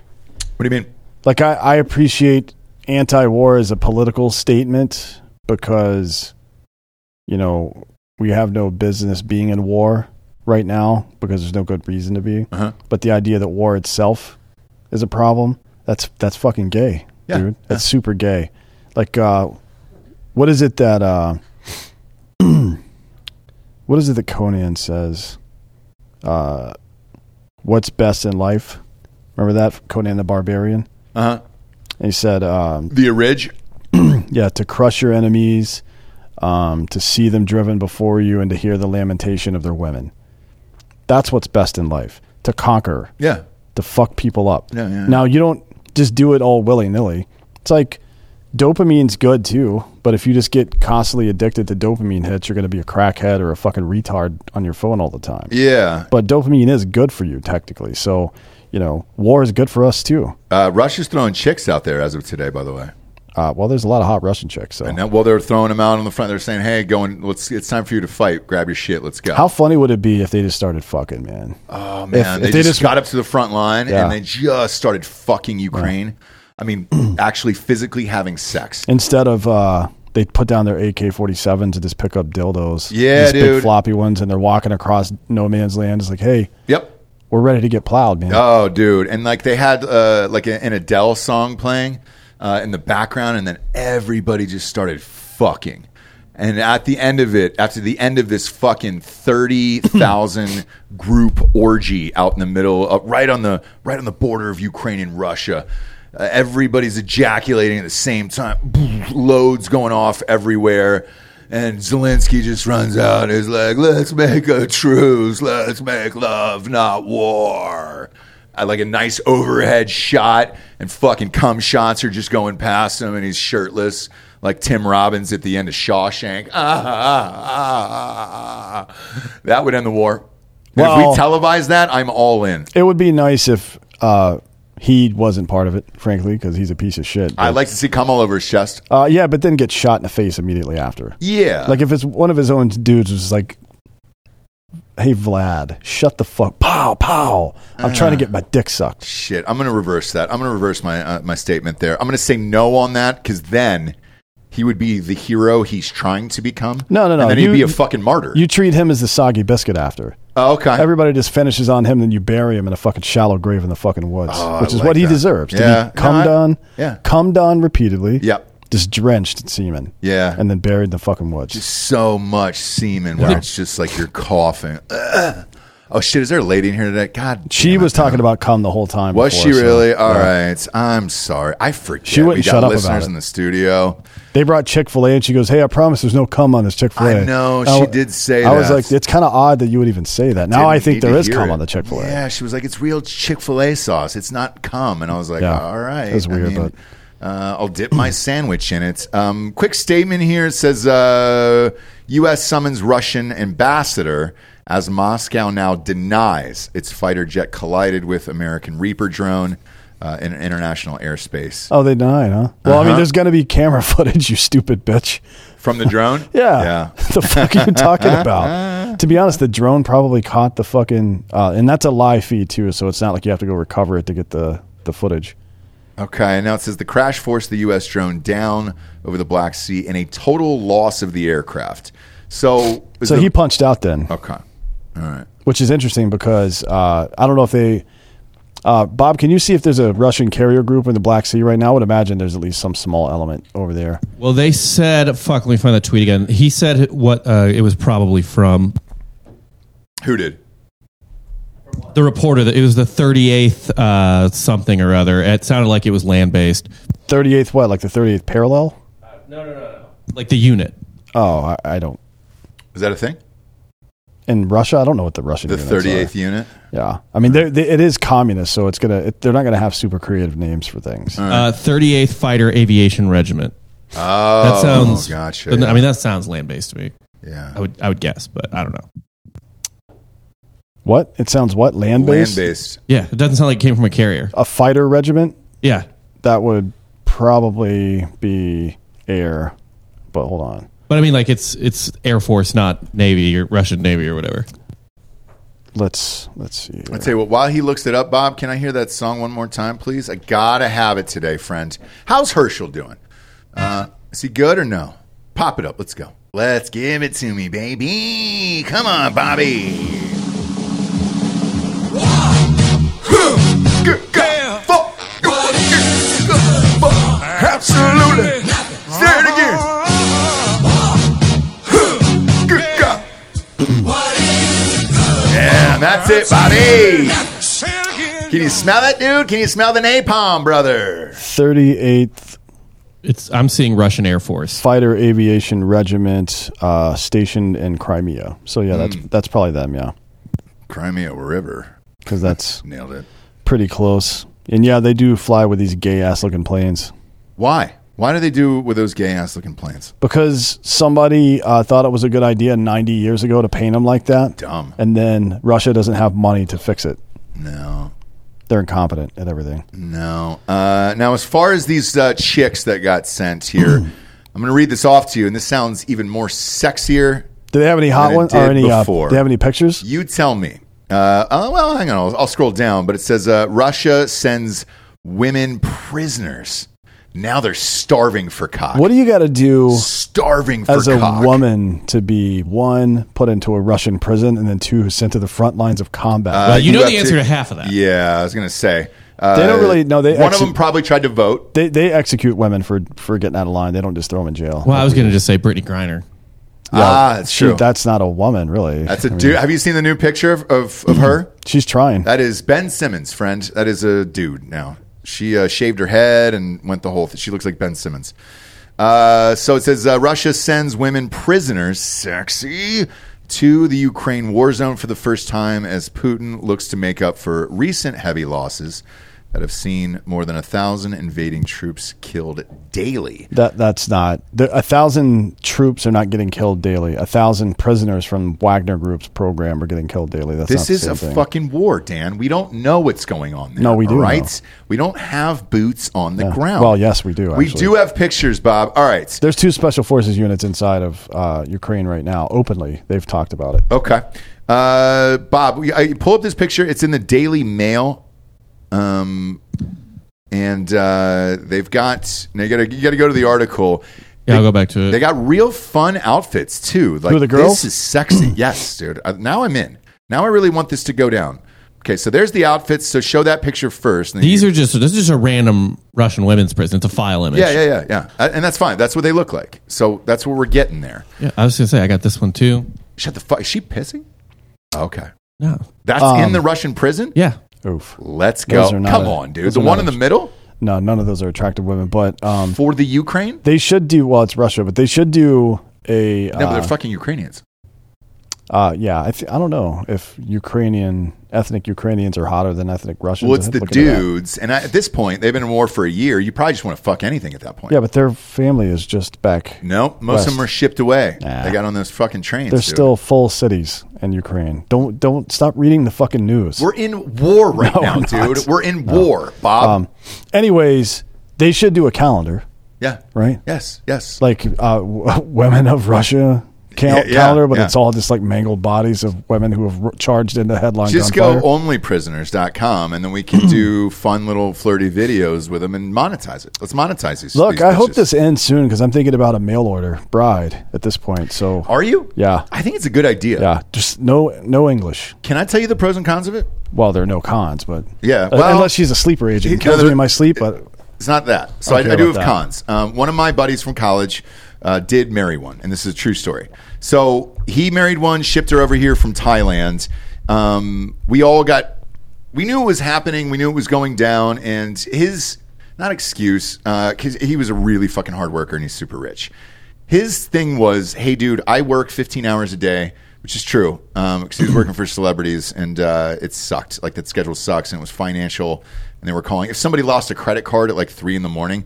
[SPEAKER 1] What do you mean?
[SPEAKER 2] like I, I appreciate anti-war as a political statement because you know we have no business being in war right now because there's no good reason to be
[SPEAKER 1] Uh-huh.
[SPEAKER 2] but the idea that war itself is a problem that's that's fucking gay
[SPEAKER 1] Yeah,
[SPEAKER 2] dude that's super gay like uh what is it that uh what is it that conan says uh what's best in life remember that conan the barbarian
[SPEAKER 1] Uh huh.
[SPEAKER 2] and he said, um,
[SPEAKER 1] The Ridge.
[SPEAKER 2] yeah, to crush your enemies, um, to see them driven before you, and to hear the lamentation of their women. That's what's best in life to conquer,
[SPEAKER 1] Yeah.
[SPEAKER 2] to fuck people up.
[SPEAKER 1] Yeah, yeah.
[SPEAKER 2] Now, you don't just do it all willy nilly. It's like dopamine's good too, but if you just get constantly addicted to dopamine hits, you're going to be a crackhead or a fucking retard on your phone all the time.
[SPEAKER 1] Yeah.
[SPEAKER 2] But dopamine is good for you, technically. So, you know, war is good for us too.
[SPEAKER 1] Uh, Rush is throwing chicks out there as of today, by the way.
[SPEAKER 2] Uh, well, there's a lot of hot Russian chicks. So.
[SPEAKER 1] And now, well, they're throwing him out on the front. They're saying, "Hey, going, let's. It's time for you to fight. Grab your shit. Let's go."
[SPEAKER 2] How funny would it be if they just started fucking, man?
[SPEAKER 1] oh man,
[SPEAKER 2] if- if
[SPEAKER 1] they,
[SPEAKER 2] they
[SPEAKER 1] just
[SPEAKER 2] just-
[SPEAKER 1] got up to the front line
[SPEAKER 2] Yeah.
[SPEAKER 1] and they just started fucking Ukraine. I mean, actually, physically having sex.
[SPEAKER 2] Instead of uh, they put down their AK 47s and just pick up dildos.
[SPEAKER 1] Yeah,
[SPEAKER 2] These
[SPEAKER 1] dude.
[SPEAKER 2] Big floppy ones, and they're walking across no man's land. It's like, hey,
[SPEAKER 1] Yep.
[SPEAKER 2] we're ready to get plowed, man.
[SPEAKER 1] Oh, dude, and like they had uh, like a, an Adele song playing uh, in the background, and then everybody just started fucking. And at the end of it, after the end of this fucking thirty thousand group orgy out in the middle, uh, right on the right on the border of Ukraine and Russia, Uh, everybody's ejaculating at the same time. Loads going off everywhere. And Zelensky just runs out and is like, let's make a truce. Let's make love, not war. I like a nice overhead shot, and fucking cum shots are just going past him, and he's shirtless, like Tim Robbins at the end of Shawshank. Ah, ah, ah, ah, ah. That would end the war. And
[SPEAKER 2] Well-
[SPEAKER 1] if we televise that, I'm all in.
[SPEAKER 2] It would be nice if uh, he wasn't part of it, frankly, because he's a piece of shit.
[SPEAKER 1] I like to see cum all over his chest.
[SPEAKER 2] uh, yeah, but then get shot in the face immediately after.
[SPEAKER 1] Yeah.
[SPEAKER 2] Like if it's one of his own dudes was like, "Hey Vlad, shut the fuck, pow pow! I'm trying to get my dick sucked."
[SPEAKER 1] Shit, I'm gonna reverse that. I'm gonna reverse my uh, my statement there. I'm gonna say no on that because then he would be the hero he's trying to become.
[SPEAKER 2] No, no, no.
[SPEAKER 1] And then
[SPEAKER 2] You-
[SPEAKER 1] he'd be a fucking martyr.
[SPEAKER 2] You treat him as the soggy biscuit after.
[SPEAKER 1] oh, okay.
[SPEAKER 2] Everybody just finishes on him, then you bury him in a fucking shallow grave in the fucking woods,
[SPEAKER 1] Oh, I
[SPEAKER 2] which is
[SPEAKER 1] like
[SPEAKER 2] what he
[SPEAKER 1] that.
[SPEAKER 2] deserves.
[SPEAKER 1] Yeah.
[SPEAKER 2] To be cummed
[SPEAKER 1] No, I-
[SPEAKER 2] on,
[SPEAKER 1] yeah.
[SPEAKER 2] cummed on repeatedly,
[SPEAKER 1] Yep.
[SPEAKER 2] just drenched in semen,
[SPEAKER 1] Yeah.
[SPEAKER 2] and then buried in the fucking woods.
[SPEAKER 1] so much semen where it's just like you're coughing. Ugh. Oh shit! Is there a lady in here today? God,
[SPEAKER 2] she
[SPEAKER 1] damn
[SPEAKER 2] was
[SPEAKER 1] it.
[SPEAKER 2] talking about cum the whole time.
[SPEAKER 1] Was
[SPEAKER 2] before,
[SPEAKER 1] she
[SPEAKER 2] so-
[SPEAKER 1] really? All
[SPEAKER 2] Yeah.
[SPEAKER 1] right. I'm sorry. I forget.
[SPEAKER 2] She
[SPEAKER 1] we
[SPEAKER 2] wouldn't
[SPEAKER 1] got
[SPEAKER 2] shut up
[SPEAKER 1] listeners
[SPEAKER 2] about it.
[SPEAKER 1] in the studio.
[SPEAKER 2] They brought Chick Fil A, and she goes, "Hey, I promise, there's no cum on this Chick Fil A."
[SPEAKER 1] I know, she did say
[SPEAKER 2] I was
[SPEAKER 1] that.
[SPEAKER 2] like, "It's kind of odd that you would even say that." Now I
[SPEAKER 1] Didn't
[SPEAKER 2] think
[SPEAKER 1] need to
[SPEAKER 2] there is
[SPEAKER 1] hear
[SPEAKER 2] cum
[SPEAKER 1] it.
[SPEAKER 2] on the Chick Fil A.
[SPEAKER 1] Yeah, she was like, "It's real Chick Fil A sauce. It's not cum." And I was like,
[SPEAKER 2] Yeah.
[SPEAKER 1] "All right,
[SPEAKER 2] It was
[SPEAKER 1] I
[SPEAKER 2] weird, but-
[SPEAKER 1] uh, I'll dip my sandwich in it." Um, quick statement here it says: uh, U.S. summons Russian ambassador as Moscow now denies its fighter jet collided with American Reaper drone uh, in international airspace
[SPEAKER 2] Oh, they denied, huh? Well, I mean,
[SPEAKER 1] Uh-huh.
[SPEAKER 2] there's going to be camera footage, you stupid bitch.
[SPEAKER 1] from the drone.
[SPEAKER 2] Yeah.
[SPEAKER 1] yeah.
[SPEAKER 2] the fuck are you talking about? to be honest, the drone probably caught the fucking, uh, and that's a live feed too, so it's not like you have to go recover it to get the, the footage.
[SPEAKER 1] Okay, and now it says the crash forced the U.S. drone down over the Black Sea and a total loss of the aircraft. So,
[SPEAKER 2] So
[SPEAKER 1] the-
[SPEAKER 2] he punched out then,
[SPEAKER 1] Okay. All right.
[SPEAKER 2] which is interesting because uh, I don't know if they. Uh, Bob, can you see if there's a Russian carrier group in the Black Sea right now? I would imagine there's at least some small element over there.
[SPEAKER 3] Well, they said, fuck, let me find that tweet again. He said what uh, it was probably from.
[SPEAKER 1] Who did?
[SPEAKER 3] The reporter, that it was the 38th uh, something or other. It sounded like it was land based.
[SPEAKER 2] 38th, what, like the 38th parallel?
[SPEAKER 3] No, no, no, no. Like the unit.
[SPEAKER 2] Oh, I, I don't.
[SPEAKER 1] Is that a thing?
[SPEAKER 2] In Russia, I don't know what the Russian
[SPEAKER 1] The
[SPEAKER 2] units are.
[SPEAKER 1] thirty eighth unit.
[SPEAKER 2] Yeah, I mean, they're, they, it is communist, so it's gonna. It, they're not gonna have super creative names for things.
[SPEAKER 3] Uh, 38th Fighter Aviation Regiment.
[SPEAKER 1] Oh,
[SPEAKER 3] That sounds.
[SPEAKER 1] gotcha.
[SPEAKER 3] I mean, that sounds land based to me.
[SPEAKER 1] yeah,
[SPEAKER 3] I would, I would guess, but I don't know.
[SPEAKER 2] what? It sounds what land
[SPEAKER 1] land
[SPEAKER 2] based?
[SPEAKER 1] based.
[SPEAKER 3] Yeah, it doesn't sound like it came from a carrier.
[SPEAKER 2] A fighter regiment
[SPEAKER 3] Yeah.
[SPEAKER 2] that would probably be air, but hold on,
[SPEAKER 3] But I mean, like it's it's Air Force, not Navy or Russian Navy or whatever.
[SPEAKER 2] let's let's see.
[SPEAKER 1] I tell you what. While he looks it up, Bob, can I hear that song one more time, please? I gotta have it today, friend. How's Herschel doing? Uh, is he good or no? Pop it up. Let's go. Let's give it to me, baby. Come on, Bobby. Absolutely. Say it again. Good God. Yeah, that's it, Bobby. Can you smell that, dude? Can you smell the napalm, brother?
[SPEAKER 2] Thirty eighth
[SPEAKER 3] It's I'm seeing Russian Air Force.
[SPEAKER 2] fighter aviation regiment uh, stationed in Crimea. So yeah,
[SPEAKER 1] Hmm.
[SPEAKER 2] that's that's probably them. Yeah,
[SPEAKER 1] Crimea River.
[SPEAKER 2] because that's
[SPEAKER 1] Nailed it.
[SPEAKER 2] pretty close. And yeah, they do fly with these gay ass looking planes.
[SPEAKER 1] Why? Why do they do with those gay ass looking planes?
[SPEAKER 2] because somebody uh, thought it was a good idea 90 years ago to paint them like that.
[SPEAKER 1] Dumb.
[SPEAKER 2] And then Russia doesn't have money to fix it.
[SPEAKER 1] No.
[SPEAKER 2] They're incompetent at everything.
[SPEAKER 1] No. Uh, now, as far as these uh, chicks that got sent here, I'm going to read this off to you, and this sounds even more sexier.
[SPEAKER 2] Do they have any
[SPEAKER 1] Than
[SPEAKER 2] hot
[SPEAKER 1] it
[SPEAKER 2] ones
[SPEAKER 1] did
[SPEAKER 2] or any? Uh,
[SPEAKER 1] before.
[SPEAKER 2] do they have any pictures?
[SPEAKER 1] You tell me. Uh, oh, well, hang on. I'll, I'll scroll down, but it says uh, Russia sends women prisoners. Now they're starving for cock.
[SPEAKER 2] What do you got to do
[SPEAKER 1] starving for
[SPEAKER 2] as a
[SPEAKER 1] cock.
[SPEAKER 2] woman to be one put into a Russian prison and then two sent to the front lines of combat?
[SPEAKER 1] Uh,
[SPEAKER 3] you know
[SPEAKER 1] have
[SPEAKER 3] the answer to half of that.
[SPEAKER 1] Yeah, I was going to say. Uh,
[SPEAKER 2] They don't really- no, they
[SPEAKER 1] one
[SPEAKER 2] actually-
[SPEAKER 1] of them probably tried to vote.
[SPEAKER 2] they they execute women for for getting out of line. They don't just throw them in jail.
[SPEAKER 3] Well, I was gonna just say Brittany Griner.
[SPEAKER 1] ah, that's
[SPEAKER 2] Shoot,
[SPEAKER 1] true.
[SPEAKER 2] that's not a woman, really.
[SPEAKER 1] That's a dude. Have you seen the
[SPEAKER 2] Mm-hmm.
[SPEAKER 1] new picture of, of, of her?
[SPEAKER 2] She's trying.
[SPEAKER 1] That is Ben Simmons, friend. That is a dude now. She uh, shaved her head and went the whole thing. She looks like Ben Simmons. Uh, so it says uh, Russia sends women prisoners, sexy, to the Ukraine war zone for the first time as Putin looks to make up for recent heavy losses that have seen more than a thousand invading troops killed daily.
[SPEAKER 2] That that's not the, a thousand troops are not getting killed daily. A thousand prisoners from Wagner Group's program are getting killed daily. That's not
[SPEAKER 1] This
[SPEAKER 2] the
[SPEAKER 1] is
[SPEAKER 2] same
[SPEAKER 1] a
[SPEAKER 2] thing.
[SPEAKER 1] fucking war, Dan. We don't know what's going on there.
[SPEAKER 2] No, we
[SPEAKER 1] all
[SPEAKER 2] do
[SPEAKER 1] Right?
[SPEAKER 2] know.
[SPEAKER 1] We don't have boots on the ground.
[SPEAKER 2] Well, yes, we do,
[SPEAKER 1] We
[SPEAKER 2] actually.
[SPEAKER 1] do have pictures, Bob. All right.
[SPEAKER 2] There's two special forces units inside of uh, Ukraine right now. Openly, they've talked about it.
[SPEAKER 1] Okay. Uh, Bob, we- I, pull up this picture. It's in the Daily Mail. Um, and uh, they've got, now you got you to go to the article.
[SPEAKER 3] Yeah, I'll go back to it.
[SPEAKER 1] They got real fun outfits, too. Like,
[SPEAKER 2] Who, the girls?
[SPEAKER 1] This is sexy. yes, dude. Uh, now I'm in. Now I really want this to go down. Okay, so there's the outfits. So show that picture first. and then
[SPEAKER 3] These
[SPEAKER 1] you-
[SPEAKER 3] are just this is just a random Russian women's prison. It's a file image.
[SPEAKER 1] Yeah, yeah, yeah, yeah. Uh, And that's fine. That's what they look like. So that's what we're getting there.
[SPEAKER 3] Yeah, I was gonna say I got this one too.
[SPEAKER 1] Shut the fuck. Is she pissing? Okay.
[SPEAKER 3] No.
[SPEAKER 1] That's in the Russian prison?
[SPEAKER 3] Yeah.
[SPEAKER 2] Oof.
[SPEAKER 1] Let's go.
[SPEAKER 2] Um, Those are
[SPEAKER 1] Come
[SPEAKER 2] not a-
[SPEAKER 1] on, dude.
[SPEAKER 2] those
[SPEAKER 1] The
[SPEAKER 2] are
[SPEAKER 1] one
[SPEAKER 2] not
[SPEAKER 1] in
[SPEAKER 2] a-
[SPEAKER 1] the middle
[SPEAKER 2] No, none of those are attractive women. But um,
[SPEAKER 1] for the Ukraine?
[SPEAKER 2] they should do. Well, it's Russia, but they should do a.
[SPEAKER 1] No, but
[SPEAKER 2] uh,
[SPEAKER 1] they're fucking Ukrainians.
[SPEAKER 2] Uh, yeah, I, th- I don't know if Ukrainian ethnic Ukrainians are hotter than ethnic Russians.
[SPEAKER 1] Well, it's
[SPEAKER 2] I'd
[SPEAKER 1] the
[SPEAKER 2] look into that.
[SPEAKER 1] dudes. And I, at this point, they've been in war for a year. You probably just want to fuck anything at that point.
[SPEAKER 2] Yeah, but their family is just back.
[SPEAKER 1] No, most
[SPEAKER 2] West.
[SPEAKER 1] of them are shipped away.
[SPEAKER 2] Nah.
[SPEAKER 1] They got on those fucking trains.
[SPEAKER 2] They're
[SPEAKER 1] dude.
[SPEAKER 2] still full cities in Ukraine. Don't don't stop reading the fucking news.
[SPEAKER 1] We're in war right
[SPEAKER 2] No,
[SPEAKER 1] now,
[SPEAKER 2] we're not. Um,
[SPEAKER 1] dude. We're in war, Bob.
[SPEAKER 2] Anyways, they should do a calendar,
[SPEAKER 1] yeah.
[SPEAKER 2] right?
[SPEAKER 1] Yes. Yes.
[SPEAKER 2] Like uh, w- women of Russia cal-
[SPEAKER 1] Yeah, yeah,
[SPEAKER 2] calendar, but
[SPEAKER 1] yeah.
[SPEAKER 2] it's all just like mangled bodies of women who have r- charged into headline
[SPEAKER 1] just
[SPEAKER 2] gunfire. Hmm.
[SPEAKER 1] go onlyprisoners.com and then we can do fun little flirty videos with them and monetize it. Let's monetize these.
[SPEAKER 2] Look,
[SPEAKER 1] these
[SPEAKER 2] I hope
[SPEAKER 1] bitches.
[SPEAKER 2] this ends soon because I'm thinking about a mail order bride at this point. So
[SPEAKER 1] Are you?
[SPEAKER 2] Yeah.
[SPEAKER 1] I think it's a good idea.
[SPEAKER 2] yeah, just no no English.
[SPEAKER 1] Can I tell you the pros and cons of it?
[SPEAKER 2] Well, there are no cons, but
[SPEAKER 1] Yeah,
[SPEAKER 2] Uh,
[SPEAKER 1] well-
[SPEAKER 2] unless she's a sleeper agent, and
[SPEAKER 1] No,
[SPEAKER 2] kills
[SPEAKER 1] there-
[SPEAKER 2] me in my sleep. But
[SPEAKER 1] It's not that. So I,
[SPEAKER 2] Okay,
[SPEAKER 1] I do have
[SPEAKER 2] about that.
[SPEAKER 1] cons. Um, one of my buddies from college uh, did marry one, and this is a true story. So he married one, shipped her over here from Thailand. Um, we all got, we knew it was happening, we knew it was going down, and his not excuse because he was a really fucking hard worker and he's super rich. His thing was, hey, dude, I work 15 hours a day, which is true because he was working for celebrities and uh, it sucked. Like that schedule sucks and it was financial. And they were calling. If somebody lost a credit card at like three in the morning,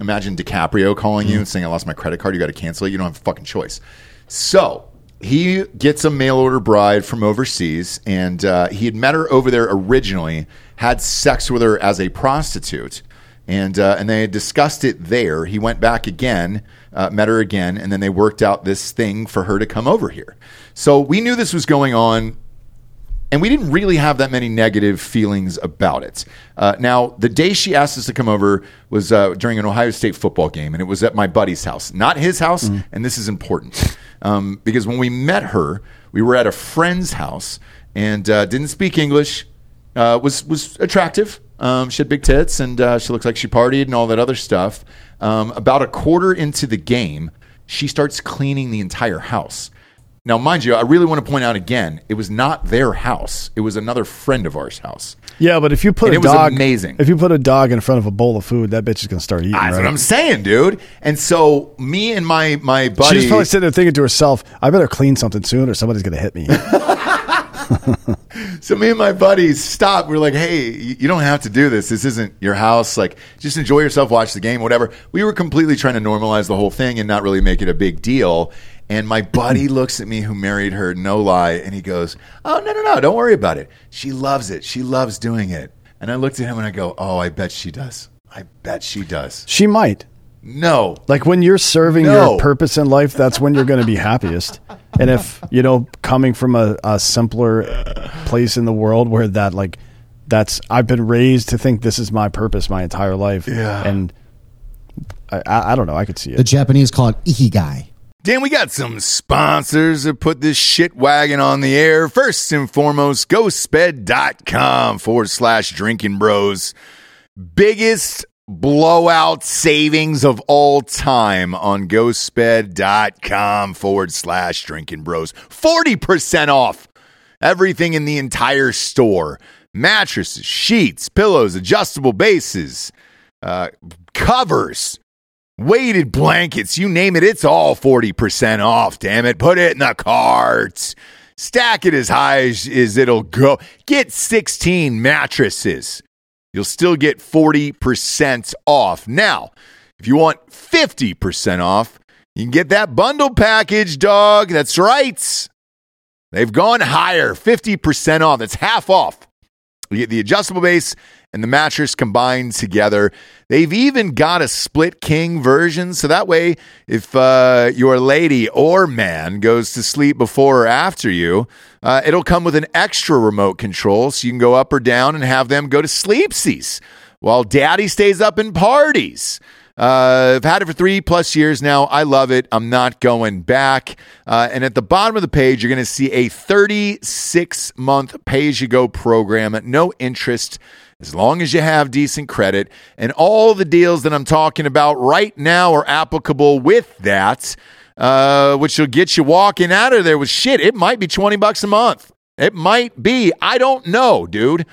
[SPEAKER 1] imagine DiCaprio calling you and saying, I lost my credit card. You got to cancel it. You don't have a fucking choice. So he gets a mail order bride from overseas and uh, he had met her over there originally, had sex with her as a prostitute and uh, and they had discussed it there. He went back again, uh, met her again, and then they worked out this thing for her to come over here. So we knew this was going on, and we didn't really have that many negative feelings about it. Uh, now, the day she asked us to come over was uh, during an Ohio State football game, and it was at my buddy's house, not his house. And this is important um, because when we met her, we were at a friend's house and uh, didn't speak English uh, was was attractive. Um, she had big tits, and uh, she looked like she partied and all that other stuff. Um, about a quarter into the game, she starts cleaning the entire house. Now, mind you, I really want to point out again, it was not their house; it was another friend of ours' house.
[SPEAKER 2] yeah, but if you put
[SPEAKER 1] And
[SPEAKER 2] a
[SPEAKER 1] it was
[SPEAKER 2] dog,
[SPEAKER 1] amazing.
[SPEAKER 2] If you put a dog in front of a bowl of food, that bitch is gonna start eating.
[SPEAKER 1] That's
[SPEAKER 2] right?
[SPEAKER 1] what I'm saying, dude. And so, me and my my buddy,
[SPEAKER 2] She's probably sitting there thinking to herself, "I better clean something soon, or somebody's gonna hit me."
[SPEAKER 1] So me and my buddies stopped. We are like, "Hey, you you don't have to do this. This isn't your house. Like, just enjoy yourself, watch the game, whatever." We were completely trying to normalize the whole thing and not really make it a big deal. And my buddy looks at me, who married her, no lie, and he goes, "Oh no, no, no! Don't worry about it. She loves it. She loves doing it." And I looked at him and I go, "Oh, I bet she does. I bet she does."
[SPEAKER 2] she might.
[SPEAKER 1] No,
[SPEAKER 2] Like when you're serving
[SPEAKER 1] No.
[SPEAKER 2] your purpose in life, that's when you're gonna be happiest. And if you know, coming from a, a simpler place in the world where that like that's I've been raised to think this is my purpose my entire life.
[SPEAKER 1] Yeah.
[SPEAKER 2] And I, I, I don't know. I could see it.
[SPEAKER 6] The Japanese call it ikigai.
[SPEAKER 1] Dan, we got some sponsors that put this shit wagon on the air. First and foremost, GoSped.com forward slash drinking bros. Biggest blowout savings of all time on GoSped.com forward slash drinking bros. 40% off everything in the entire store. mattresses, sheets, pillows, adjustable bases, uh, covers, weighted blankets, you name it, it's all 40% off, damn it. Put it in the cart. Stack it as high as, as it'll go. Get 16 mattresses. You'll still get 40% off. Now, if you want 50% off, you can get that bundle package, dog. That's right. They've gone higher, 50% off. That's half off. You get the adjustable base and the mattress combined together. They've even got a split king version. So that way, if uh, your lady or man goes to sleep before or after you, uh, it'll come with an extra remote control. So you can go up or down and have them go to sleepsies while daddy stays up and parties. Uh, I've had it for three plus years now. I love it. I'm not going back. Uh, and at the bottom of the page, you're going to see a 36 month pay as you go program, no interest, as long as you have decent credit. And all the deals that I'm talking about right now are applicable with that, uh, which will get you walking out of there with shit. It might be 20 bucks a month. It might be. I don't know, dude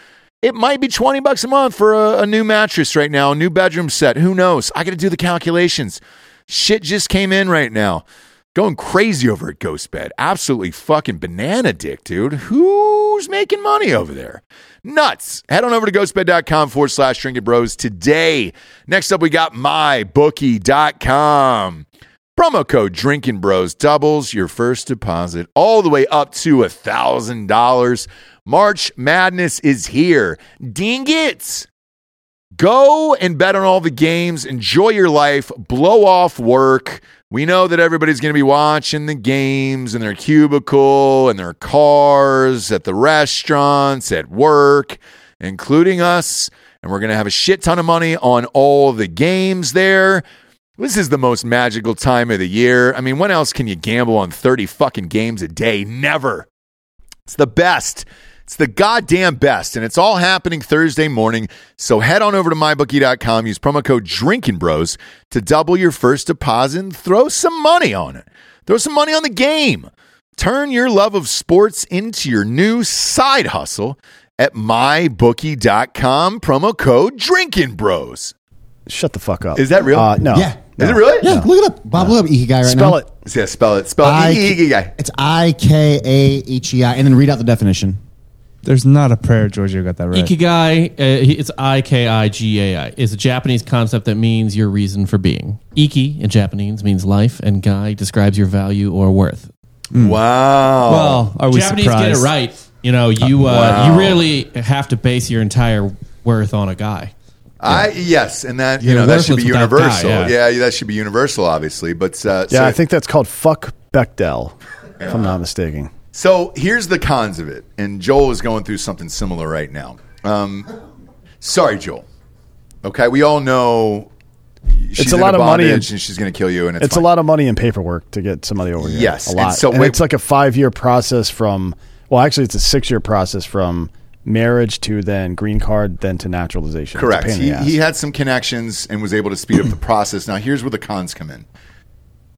[SPEAKER 1] it might be 20 bucks a month for a, a new mattress right now, a new bedroom set. Who knows? I got to do the calculations. Shit just came in right now. Going crazy over at Ghost Bed. Absolutely fucking banana dick, dude. Who's making money over there? Nuts. Head on over to ghostbed.com forward slash drinking bros today. Next up, we got mybookie.com. Promo code Drinking Bros doubles your first deposit all the way up to $1,000. March Madness is here. Ding it! Go and bet on all the games. Enjoy your life. Blow off work. We know that everybody's going to be watching the games in their cubicle, in their cars, at the restaurants, at work, including us. And we're going to have a shit ton of money on all the games there. This is the most magical time of the year. I mean, when else can you gamble on 30 fucking games a day? Never. It's the best. It's the goddamn best. And it's all happening Thursday morning. So head on over to mybookie.com, use promo code Drinking Bros to double your first deposit and throw some money on it. Throw some money on the game. Turn your love of sports into your new side hustle at mybookie.com, promo code Drinking Bros.
[SPEAKER 2] Shut the fuck up.
[SPEAKER 1] Is that real?
[SPEAKER 2] Uh, no.
[SPEAKER 6] Yeah.
[SPEAKER 1] Is
[SPEAKER 2] No.
[SPEAKER 1] it really?
[SPEAKER 6] Yeah, look it up. Bob, look up Ikigai right now.
[SPEAKER 2] Spell it.
[SPEAKER 1] Yeah, spell it. Spell
[SPEAKER 6] I-
[SPEAKER 1] it. Ikigai.
[SPEAKER 6] It's I K A H E I, and then read out the definition.
[SPEAKER 4] There's not a prayer Giorgio got that right.
[SPEAKER 3] Ikigai, uh, he- it's I K I G A I, is a Japanese concept that means your reason for being. Iki in Japanese means life, and Gai describes your value or worth.
[SPEAKER 1] Wow.
[SPEAKER 4] well, are we
[SPEAKER 3] Japanese
[SPEAKER 4] surprised?
[SPEAKER 3] get it right. You know, you uh, you really have to base your entire worth on a guy.
[SPEAKER 1] I yes, and that you
[SPEAKER 3] You're
[SPEAKER 1] know that should be
[SPEAKER 3] worthless without God,
[SPEAKER 1] universal. yeah.
[SPEAKER 3] yeah.
[SPEAKER 1] that should be universal, obviously. But uh,
[SPEAKER 2] Yeah,
[SPEAKER 1] so,
[SPEAKER 2] I think that's called fuck Bechdel, if I'm not mistaken.
[SPEAKER 1] so here's the cons of it, and Joel is going through something similar right now. Um, sorry, Joel. Okay, we all know she's
[SPEAKER 2] a
[SPEAKER 1] in
[SPEAKER 2] lot
[SPEAKER 1] a
[SPEAKER 2] of money
[SPEAKER 1] bondage
[SPEAKER 2] and-
[SPEAKER 1] and she's going to kill you, and it's,
[SPEAKER 2] It's a lot of money and paperwork to get somebody over here.
[SPEAKER 1] Yes,
[SPEAKER 2] a
[SPEAKER 1] and
[SPEAKER 2] lot. And,
[SPEAKER 1] so wait-
[SPEAKER 2] it's like a five year process from. Well, actually, it's a six year process from marriage to then green card, then to naturalization. It's a
[SPEAKER 1] Correct.
[SPEAKER 2] pain in
[SPEAKER 1] He,
[SPEAKER 2] the ass.
[SPEAKER 1] he had some connections and was able to speed up the process. Now, here's where the cons come in.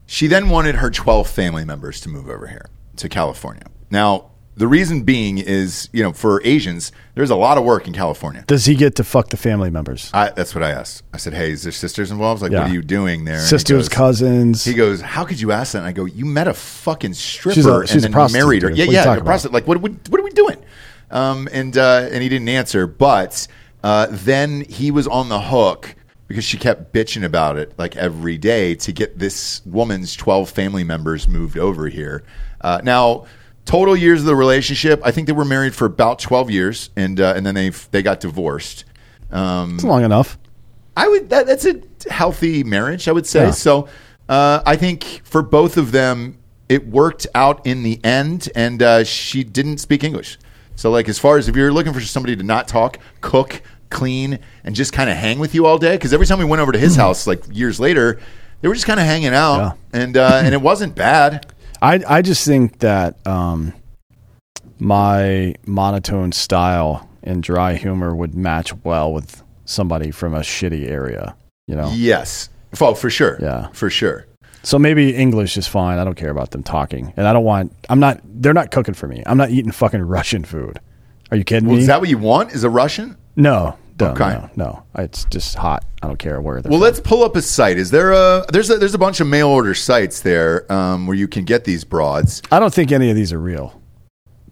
[SPEAKER 1] She then wanted her 12 family members to move over here to California. Now, the reason being is, you know, for Asians, there's a lot of work in California.
[SPEAKER 2] Does he get to fuck the family members?
[SPEAKER 1] I, that's what I asked. I said, "Hey, is there sisters involved? Like,
[SPEAKER 2] Yeah.
[SPEAKER 1] what are you doing there?" And he
[SPEAKER 2] Sisters,
[SPEAKER 1] goes-
[SPEAKER 2] cousins.
[SPEAKER 1] He goes, "How could you ask that?" And I go, "You met a fucking stripper
[SPEAKER 2] She's a- she's a
[SPEAKER 1] and then
[SPEAKER 2] prostitute,
[SPEAKER 1] married her.
[SPEAKER 2] dude.
[SPEAKER 1] Yeah,
[SPEAKER 2] What are you
[SPEAKER 1] yeah,
[SPEAKER 2] talking
[SPEAKER 1] a prostitute. Like, what, what, what are we doing?" Um, and uh, and he didn't answer, but uh, then he was on the hook because she kept bitching about it like every day to get this woman's twelve family members moved over here. Uh, now. Total years of the relationship. I think they were married for about twelve years, and uh, and then they they got divorced. Um,
[SPEAKER 2] It's long enough.
[SPEAKER 1] I would that, that's a healthy marriage, I would say.
[SPEAKER 2] Yeah.
[SPEAKER 1] So uh, I think for both of them, it worked out in the end, and uh, she didn't speak English. So like as far as if you're looking for somebody to not talk, cook, clean, and just kind of hang with you all day, because every time we went over to
[SPEAKER 2] Hmm.
[SPEAKER 1] his house, like years later, they were just kind of hanging out, and uh, and it wasn't bad.
[SPEAKER 2] I I just think that um, my monotone style and dry humor would match well with somebody from a shitty area. You know,
[SPEAKER 1] Yes, for, for sure.
[SPEAKER 2] Yeah.
[SPEAKER 1] for sure.
[SPEAKER 2] so maybe English is fine. I don't care about them talking, and I don't want. I'm not. They're not cooking for me. I'm not eating fucking Russian food. Are you kidding
[SPEAKER 1] Well,
[SPEAKER 2] me?
[SPEAKER 1] is that what you want? Is a Russian?
[SPEAKER 2] no, no,
[SPEAKER 1] Okay.
[SPEAKER 2] no, no. It's just hot. I don't care where they're.
[SPEAKER 1] Well, let's pull up a site. Is there a there's a, there's a bunch of mail order sites there um, where you can get these broads.
[SPEAKER 2] I don't think any of these are real.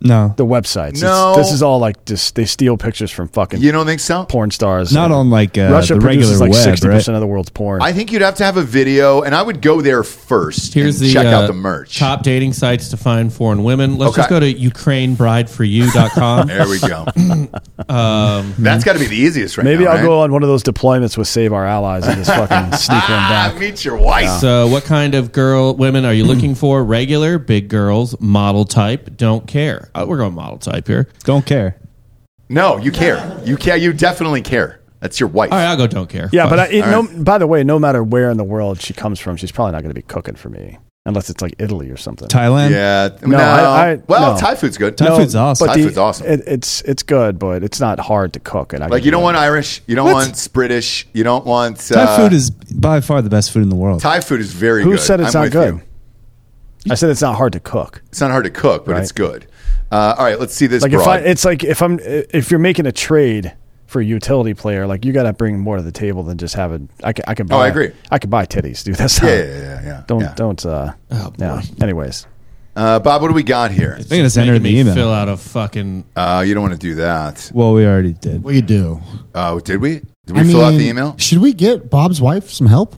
[SPEAKER 4] No,
[SPEAKER 2] The websites. It's-
[SPEAKER 1] No.
[SPEAKER 2] this is all like just they steal pictures from fucking
[SPEAKER 1] You don't think so?
[SPEAKER 2] porn stars.
[SPEAKER 4] not
[SPEAKER 2] And
[SPEAKER 4] on like uh,
[SPEAKER 2] Russia
[SPEAKER 4] the regular
[SPEAKER 2] produces like
[SPEAKER 4] web,
[SPEAKER 2] sixty
[SPEAKER 4] right?
[SPEAKER 2] percent of the world's porn.
[SPEAKER 1] I think you'd have to have a video, and I would go there first.
[SPEAKER 3] Here's
[SPEAKER 1] and
[SPEAKER 3] the
[SPEAKER 1] check out
[SPEAKER 3] uh,
[SPEAKER 1] the merch.
[SPEAKER 3] Top dating sites to find foreign women. Let's just
[SPEAKER 1] Okay.
[SPEAKER 3] go to ukrainebrideforyou.com.
[SPEAKER 1] There we go.
[SPEAKER 3] Um,
[SPEAKER 1] That's got to be the easiest right
[SPEAKER 2] Maybe
[SPEAKER 1] now.
[SPEAKER 2] I'll
[SPEAKER 1] right?
[SPEAKER 2] go on one of those deployments with Save Our Allies and just fucking sneak one
[SPEAKER 1] Ah,
[SPEAKER 2] back.
[SPEAKER 1] meet your wife.
[SPEAKER 3] so, what kind of girl women are you looking for? Regular, big girls, model type, don't care. Uh, we're going model type here.
[SPEAKER 4] Don't care.
[SPEAKER 1] No, you care. You care. You definitely care. That's your wife.
[SPEAKER 3] All right, I'll go. Don't care.
[SPEAKER 2] Yeah, but I,
[SPEAKER 3] Fuck.
[SPEAKER 2] it,
[SPEAKER 1] All
[SPEAKER 2] no, by the way, no matter where in the world she comes from, she's probably not going to be cooking for me unless it's like Italy or something.
[SPEAKER 4] Thailand.
[SPEAKER 1] Yeah.
[SPEAKER 2] No, I- I-
[SPEAKER 1] well,
[SPEAKER 2] no.
[SPEAKER 1] Thai food's good.
[SPEAKER 4] Thai food's awesome.
[SPEAKER 1] Thai
[SPEAKER 2] the-
[SPEAKER 1] food's awesome.
[SPEAKER 2] It, it's it's good, but it's not hard to cook. And I
[SPEAKER 1] Like
[SPEAKER 2] can
[SPEAKER 1] you
[SPEAKER 2] do
[SPEAKER 1] don't
[SPEAKER 2] it.
[SPEAKER 1] want Irish. You don't
[SPEAKER 4] What?
[SPEAKER 1] want British. You don't want uh,
[SPEAKER 4] Thai food is by far the best food in the world.
[SPEAKER 1] Thai food is very
[SPEAKER 2] Who
[SPEAKER 1] good.
[SPEAKER 2] said it's
[SPEAKER 1] I'm
[SPEAKER 2] not
[SPEAKER 1] with
[SPEAKER 2] good?
[SPEAKER 1] you.
[SPEAKER 2] I said it's not hard to cook.
[SPEAKER 1] It's not hard to cook, but it's good. Uh, all right, let's see this
[SPEAKER 2] Like if I,
[SPEAKER 1] broad.
[SPEAKER 2] it's like if I'm if you're making a trade for a utility player, like you got to bring more to the table than just having. I can, I can buy.
[SPEAKER 1] Oh, I agree.
[SPEAKER 2] I could buy titties, dude. That's
[SPEAKER 1] yeah,
[SPEAKER 2] not,
[SPEAKER 1] yeah, yeah, yeah, yeah.
[SPEAKER 2] Don't
[SPEAKER 1] yeah.
[SPEAKER 2] don't. Uh,
[SPEAKER 3] Oh,
[SPEAKER 2] yeah.
[SPEAKER 3] boy.
[SPEAKER 2] Anyways,
[SPEAKER 1] Uh, Bob, what do we got here?
[SPEAKER 4] I'm gonna send her
[SPEAKER 3] Making
[SPEAKER 4] the
[SPEAKER 3] me
[SPEAKER 4] email.
[SPEAKER 3] Fill out a fucking.
[SPEAKER 1] Uh, you don't want to do that.
[SPEAKER 4] Well, we already did.
[SPEAKER 5] What do you do?
[SPEAKER 1] Uh, did we? Did we fill out the email?
[SPEAKER 5] Should we get Bob's wife some help?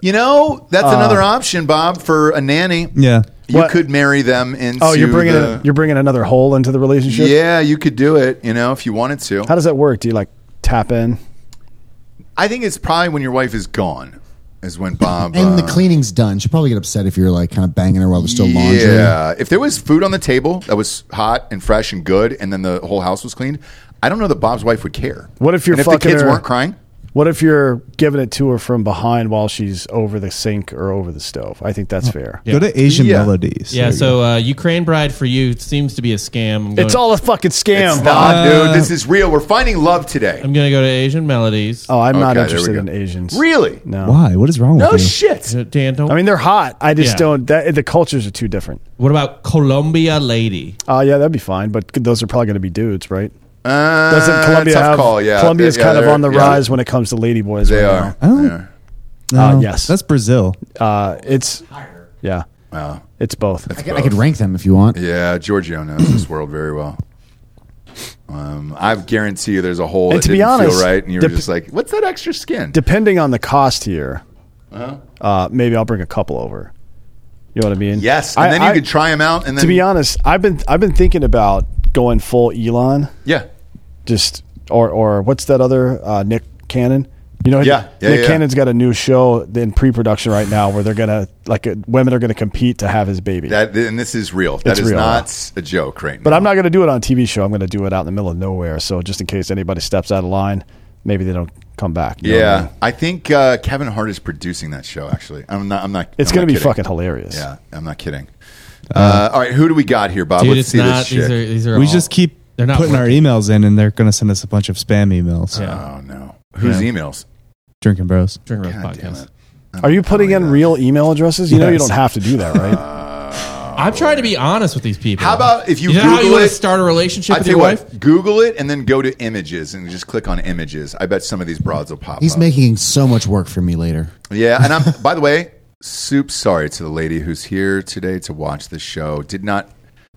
[SPEAKER 1] You know, that's another option, Bob, for a nanny.
[SPEAKER 4] Yeah.
[SPEAKER 1] You
[SPEAKER 2] uh, What?
[SPEAKER 1] could marry them into.
[SPEAKER 2] oh, you're bringing
[SPEAKER 1] the-
[SPEAKER 2] you're bringing another hole into the relationship.
[SPEAKER 1] Yeah, you could do it. You know, if you wanted to.
[SPEAKER 2] How does that work? Do you like tap in?
[SPEAKER 1] I think it's probably when your wife is gone, is when Bob
[SPEAKER 5] And the
[SPEAKER 1] uh,
[SPEAKER 5] cleaning's done. She'd probably get upset if you're like kind of banging her while there's still laundry.
[SPEAKER 1] Yeah, if there was food on the table that was hot and fresh and good, and then the whole house was cleaned, I don't know that Bob's wife would care.
[SPEAKER 2] What if you're
[SPEAKER 1] And if the
[SPEAKER 2] fucking
[SPEAKER 1] kids
[SPEAKER 2] her-
[SPEAKER 1] weren't crying?
[SPEAKER 2] What if you're giving it to her from behind while she's over the sink or over the stove? I think that's fair.
[SPEAKER 4] Go to Asian
[SPEAKER 1] Yeah.
[SPEAKER 4] Melodies.
[SPEAKER 3] Yeah,
[SPEAKER 4] There you go.
[SPEAKER 3] so uh, Ukraine bride for you seems to be a scam. I'm
[SPEAKER 2] It's
[SPEAKER 3] going-
[SPEAKER 2] all a fucking scam.
[SPEAKER 1] It's
[SPEAKER 2] Bob. Uh,
[SPEAKER 1] not, dude. This is real. We're finding love today.
[SPEAKER 3] I'm gonna go to Asian melodies.
[SPEAKER 2] Oh, I'm not
[SPEAKER 1] Okay, there we
[SPEAKER 2] interested
[SPEAKER 1] go.
[SPEAKER 2] in Asians.
[SPEAKER 1] Really?
[SPEAKER 2] No.
[SPEAKER 4] why? What is wrong
[SPEAKER 1] No
[SPEAKER 4] with you?
[SPEAKER 1] shit.
[SPEAKER 3] Uh, Dan, don't.
[SPEAKER 2] I mean, they're hot. I just
[SPEAKER 3] Yeah.
[SPEAKER 2] don't. That, the cultures are too different.
[SPEAKER 3] what about Colombia lady?
[SPEAKER 2] Oh, yeah, that'd be fine. But those are probably going to be dudes, right?
[SPEAKER 1] Uh,
[SPEAKER 2] Doesn't Colombia
[SPEAKER 1] tough
[SPEAKER 2] have?
[SPEAKER 1] call. Yeah,
[SPEAKER 2] Colombia's
[SPEAKER 1] Yeah,
[SPEAKER 2] kind of
[SPEAKER 1] they're-
[SPEAKER 2] on the
[SPEAKER 1] yeah,
[SPEAKER 2] rise when it comes to lady boys.
[SPEAKER 1] They
[SPEAKER 2] right
[SPEAKER 1] are.
[SPEAKER 4] I don't-
[SPEAKER 1] They are.
[SPEAKER 2] Uh, yes.
[SPEAKER 4] That's Brazil.
[SPEAKER 2] Now. Uh, it's yeah,
[SPEAKER 1] Wow.
[SPEAKER 2] it's both.
[SPEAKER 5] I, could, I could rank them if you want.
[SPEAKER 1] Yeah, Giorgio knows this world very well. Um, I guarantee you, there's a hole
[SPEAKER 2] And
[SPEAKER 1] that
[SPEAKER 2] to be
[SPEAKER 1] didn't
[SPEAKER 2] honest,
[SPEAKER 1] feel right, and you were
[SPEAKER 2] dep-
[SPEAKER 1] just like, "What's that extra skin?"
[SPEAKER 2] Depending on the cost here,
[SPEAKER 1] Uh-huh.
[SPEAKER 2] uh, maybe I'll bring a couple over. You know what I mean?
[SPEAKER 1] yes, and
[SPEAKER 2] I-
[SPEAKER 1] then you
[SPEAKER 2] I-
[SPEAKER 1] could try them out, and then
[SPEAKER 2] to be honest, I've been I've been thinking about going full Elon,
[SPEAKER 1] yeah,
[SPEAKER 2] just or or what's that other uh, Nick Cannon? You know,
[SPEAKER 1] Yeah, yeah,
[SPEAKER 2] Nick
[SPEAKER 1] yeah.
[SPEAKER 2] Cannon's got a new show in pre-production right now where they're gonna like uh, women are gonna compete to have his baby.
[SPEAKER 1] that and this is real. That is
[SPEAKER 2] It's real.
[SPEAKER 1] not a joke, right?
[SPEAKER 2] but
[SPEAKER 1] now.
[SPEAKER 2] I'm not gonna do it on a TV show. I'm gonna do it out in the middle of nowhere. So just in case anybody steps out of line, maybe they don't come back. you know what I
[SPEAKER 1] Yeah,
[SPEAKER 2] mean?
[SPEAKER 1] I think uh, Kevin Hart is producing that show. Actually, I'm not. I'm not.
[SPEAKER 2] it's
[SPEAKER 1] I'm
[SPEAKER 2] gonna
[SPEAKER 1] not
[SPEAKER 2] be
[SPEAKER 1] kidding.
[SPEAKER 2] fucking hilarious.
[SPEAKER 1] Yeah, I'm not kidding. Uh, all right, who do we got here, Bob?
[SPEAKER 3] Dude,
[SPEAKER 1] Let's
[SPEAKER 3] it's
[SPEAKER 1] see
[SPEAKER 3] not.
[SPEAKER 1] this
[SPEAKER 3] These
[SPEAKER 1] chick.
[SPEAKER 3] are, these are
[SPEAKER 4] we
[SPEAKER 3] all-
[SPEAKER 4] just keep
[SPEAKER 3] They're not
[SPEAKER 4] putting our
[SPEAKER 3] working.
[SPEAKER 4] emails in, and they're going to send us a bunch of spam emails.
[SPEAKER 3] Yeah.
[SPEAKER 1] oh no, whose
[SPEAKER 4] Yeah.
[SPEAKER 1] emails?
[SPEAKER 4] Drinking bros.
[SPEAKER 3] Drink Roast
[SPEAKER 1] God damn
[SPEAKER 3] podcast.
[SPEAKER 1] it.
[SPEAKER 2] Are you putting
[SPEAKER 1] Oh
[SPEAKER 2] in real email addresses? You know you
[SPEAKER 4] Yes.
[SPEAKER 2] don't have to do that, right?
[SPEAKER 3] I'm trying to be honest with these people.
[SPEAKER 1] How about if you
[SPEAKER 3] know how
[SPEAKER 1] Google
[SPEAKER 3] you want
[SPEAKER 1] it?
[SPEAKER 3] to start a relationship
[SPEAKER 1] I
[SPEAKER 3] with
[SPEAKER 1] tell you
[SPEAKER 3] your wife?
[SPEAKER 1] what, Google it and then go to images and just click on images. I bet some of these broads will pop
[SPEAKER 5] He's
[SPEAKER 1] up.
[SPEAKER 5] making so much work for me later.
[SPEAKER 1] yeah, and I'm. by the way, soup. Sorry to the lady who's here today to watch the show. Did not.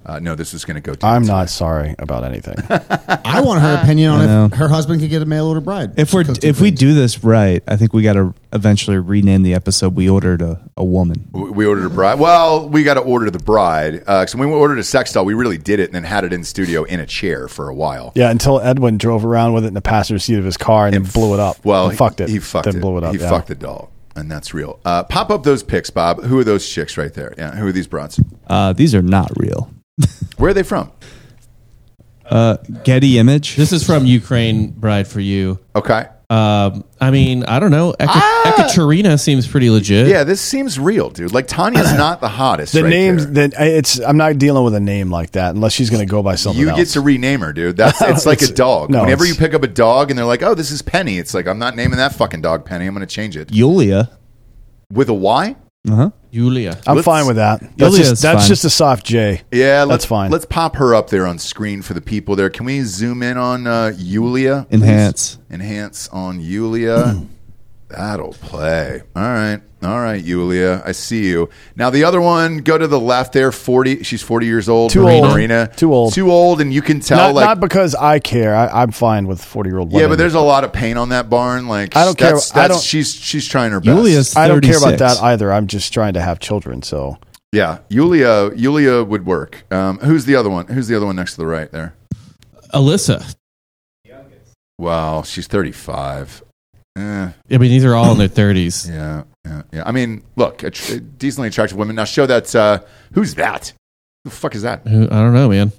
[SPEAKER 1] Uh, no, this was going to go. down
[SPEAKER 2] I'm
[SPEAKER 1] today.
[SPEAKER 2] not sorry about anything.
[SPEAKER 5] I want her opinion
[SPEAKER 4] know.
[SPEAKER 5] on if her husband could get a mail order bride.
[SPEAKER 4] If we're
[SPEAKER 5] Cooked
[SPEAKER 4] if
[SPEAKER 5] and
[SPEAKER 4] we
[SPEAKER 5] cleaned.
[SPEAKER 4] do this right, I think we got to eventually rename the episode. We ordered a, a woman.
[SPEAKER 1] We- We ordered a bride. Well, we got to order the bride. Uh, so when we ordered a sex doll, we really did it and then had it in studio in a chair for a while.
[SPEAKER 2] Yeah, until Edwin drove around with it in the passenger seat of his car and, then blew it up.
[SPEAKER 1] Well,
[SPEAKER 2] And fucked it.
[SPEAKER 1] He fucked
[SPEAKER 2] then
[SPEAKER 1] it.
[SPEAKER 2] blew it up.
[SPEAKER 1] He
[SPEAKER 2] yeah.
[SPEAKER 1] fucked the doll, and that's real. Uh, pop up those pics, Bob. Who are those chicks right there? Yeah, who are these broads?
[SPEAKER 4] Uh, these are not real.
[SPEAKER 1] Where are they from?
[SPEAKER 4] Uh, Getty Image.
[SPEAKER 3] This is from Ukraine bride for you.
[SPEAKER 1] Okay.
[SPEAKER 2] Uh,
[SPEAKER 3] Um, I mean, I don't know. Eka- Ekaterina seems pretty legit.
[SPEAKER 1] Ah! Yeah, this seems real, dude. Like Tanya's not the hottest.
[SPEAKER 2] The
[SPEAKER 1] right
[SPEAKER 2] names
[SPEAKER 1] there.
[SPEAKER 2] that it's I'm not dealing with a name like that unless she's going to go by something
[SPEAKER 1] you
[SPEAKER 2] else.
[SPEAKER 1] get to rename her, dude. That's it's like a
[SPEAKER 2] It's-
[SPEAKER 1] dog.
[SPEAKER 2] no,
[SPEAKER 1] Whenever you
[SPEAKER 2] it's-
[SPEAKER 1] pick up a dog and they're like, "Oh, this is Penny," it's like I'm not naming that fucking dog Penny. I'm going to change it
[SPEAKER 4] Yulia.
[SPEAKER 1] with a Y.
[SPEAKER 4] Uh-huh.
[SPEAKER 3] Yulia.
[SPEAKER 2] I'm
[SPEAKER 1] Let's-
[SPEAKER 2] fine with that. That's,
[SPEAKER 4] Yulia
[SPEAKER 2] just,
[SPEAKER 4] is
[SPEAKER 2] that's
[SPEAKER 4] fine.
[SPEAKER 2] just a soft J.
[SPEAKER 1] Yeah,
[SPEAKER 2] That's
[SPEAKER 1] let's,
[SPEAKER 2] fine.
[SPEAKER 1] Let's pop her up there on screen for the people there. Can we zoom in on uh, Yulia? please?
[SPEAKER 4] Enhance.
[SPEAKER 1] Enhance on Yulia. That'll play. All right. All right, Yulia. I see you. Now the other one, go to the left there. Forty. She's forty years old.
[SPEAKER 2] Too
[SPEAKER 1] Marina.
[SPEAKER 2] old.
[SPEAKER 1] Marina.
[SPEAKER 2] Too old.
[SPEAKER 1] Too old. And you can tell.
[SPEAKER 2] Not,
[SPEAKER 1] like,
[SPEAKER 2] not because I care. I, I'm fine with 40 year old
[SPEAKER 1] yeah, but there's a lot of paint on that barn. Like
[SPEAKER 2] I don't care.
[SPEAKER 1] That's,
[SPEAKER 2] I
[SPEAKER 1] that's-
[SPEAKER 2] don't-
[SPEAKER 1] She's she's trying her best.
[SPEAKER 4] Yulia's
[SPEAKER 2] I don't care about
[SPEAKER 4] 36.
[SPEAKER 2] that either. I'm just trying to have children. So
[SPEAKER 1] Yeah, Yulia. Yulia would work. Um, who's the other one? Who's the other one next to the right there?
[SPEAKER 3] Alyssa.
[SPEAKER 1] Wow, she's thirty-five. Eh,
[SPEAKER 3] I mean, these are all in their 30s.
[SPEAKER 1] yeah, yeah, yeah. I mean, look, a tr- decently attractive women. Now show that. Uh, who's that? Who the fuck is that?
[SPEAKER 3] Who- I don't know, man.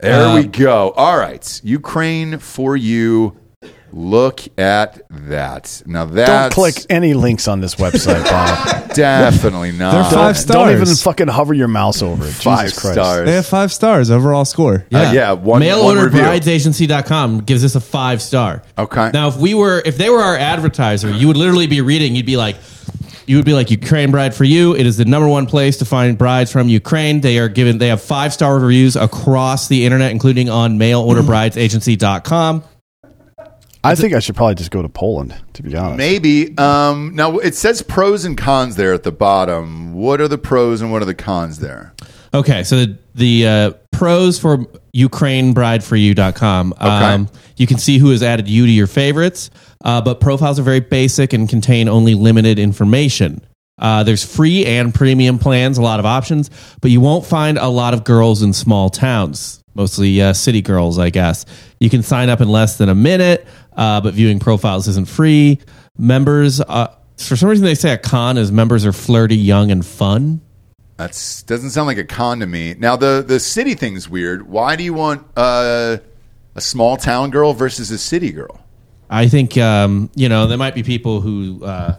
[SPEAKER 1] There
[SPEAKER 3] Uh,
[SPEAKER 1] we go. All right, Ukraine for you. Look at that. Now
[SPEAKER 2] don't
[SPEAKER 1] that's
[SPEAKER 2] click any links on this website, Bob.
[SPEAKER 1] Definitely not.
[SPEAKER 4] They're
[SPEAKER 2] Don't-
[SPEAKER 4] Five
[SPEAKER 2] Uh, Don't even
[SPEAKER 4] stars.
[SPEAKER 2] fucking hover your mouse over it.
[SPEAKER 1] Five
[SPEAKER 2] Jesus Christ.
[SPEAKER 1] stars.
[SPEAKER 4] They have five stars overall score.
[SPEAKER 1] Uh, yeah, one-
[SPEAKER 3] Mail
[SPEAKER 1] one
[SPEAKER 3] order
[SPEAKER 1] review.
[SPEAKER 3] bridesagency.com gives us a five star.
[SPEAKER 1] Okay.
[SPEAKER 3] Now, if we were, if they were our advertiser, you would literally be reading, you'd be like, you would be like Ukraine Bride for You. It is the number one place to find brides from Ukraine. They are given, they have five star reviews across the internet, including on mailorderbridesagency.com.
[SPEAKER 2] I think I should probably just go to Poland, to be honest.
[SPEAKER 1] Maybe. Um, now it says pros and cons there at the bottom. What are the pros and what are the cons there?
[SPEAKER 3] Okay, so the, the uh, pros for UkraineBrideForYou.com. Um, You can see who has added you to your favorites, uh, but profiles are very basic and contain only limited information. Uh, there's free and premium plans, a lot of options, but you won't find a lot of girls in small towns, mostly uh, city girls, I guess. You can sign up in less than a minute, uh, but viewing profiles isn't free. Members, uh, for some reason, they say a con is members are flirty, young, and fun.
[SPEAKER 1] That's doesn't sound like a con to me. Now the the city thing's weird. Why do you want uh, a small town girl versus a city girl?
[SPEAKER 3] I think um, you know there might be people who uh,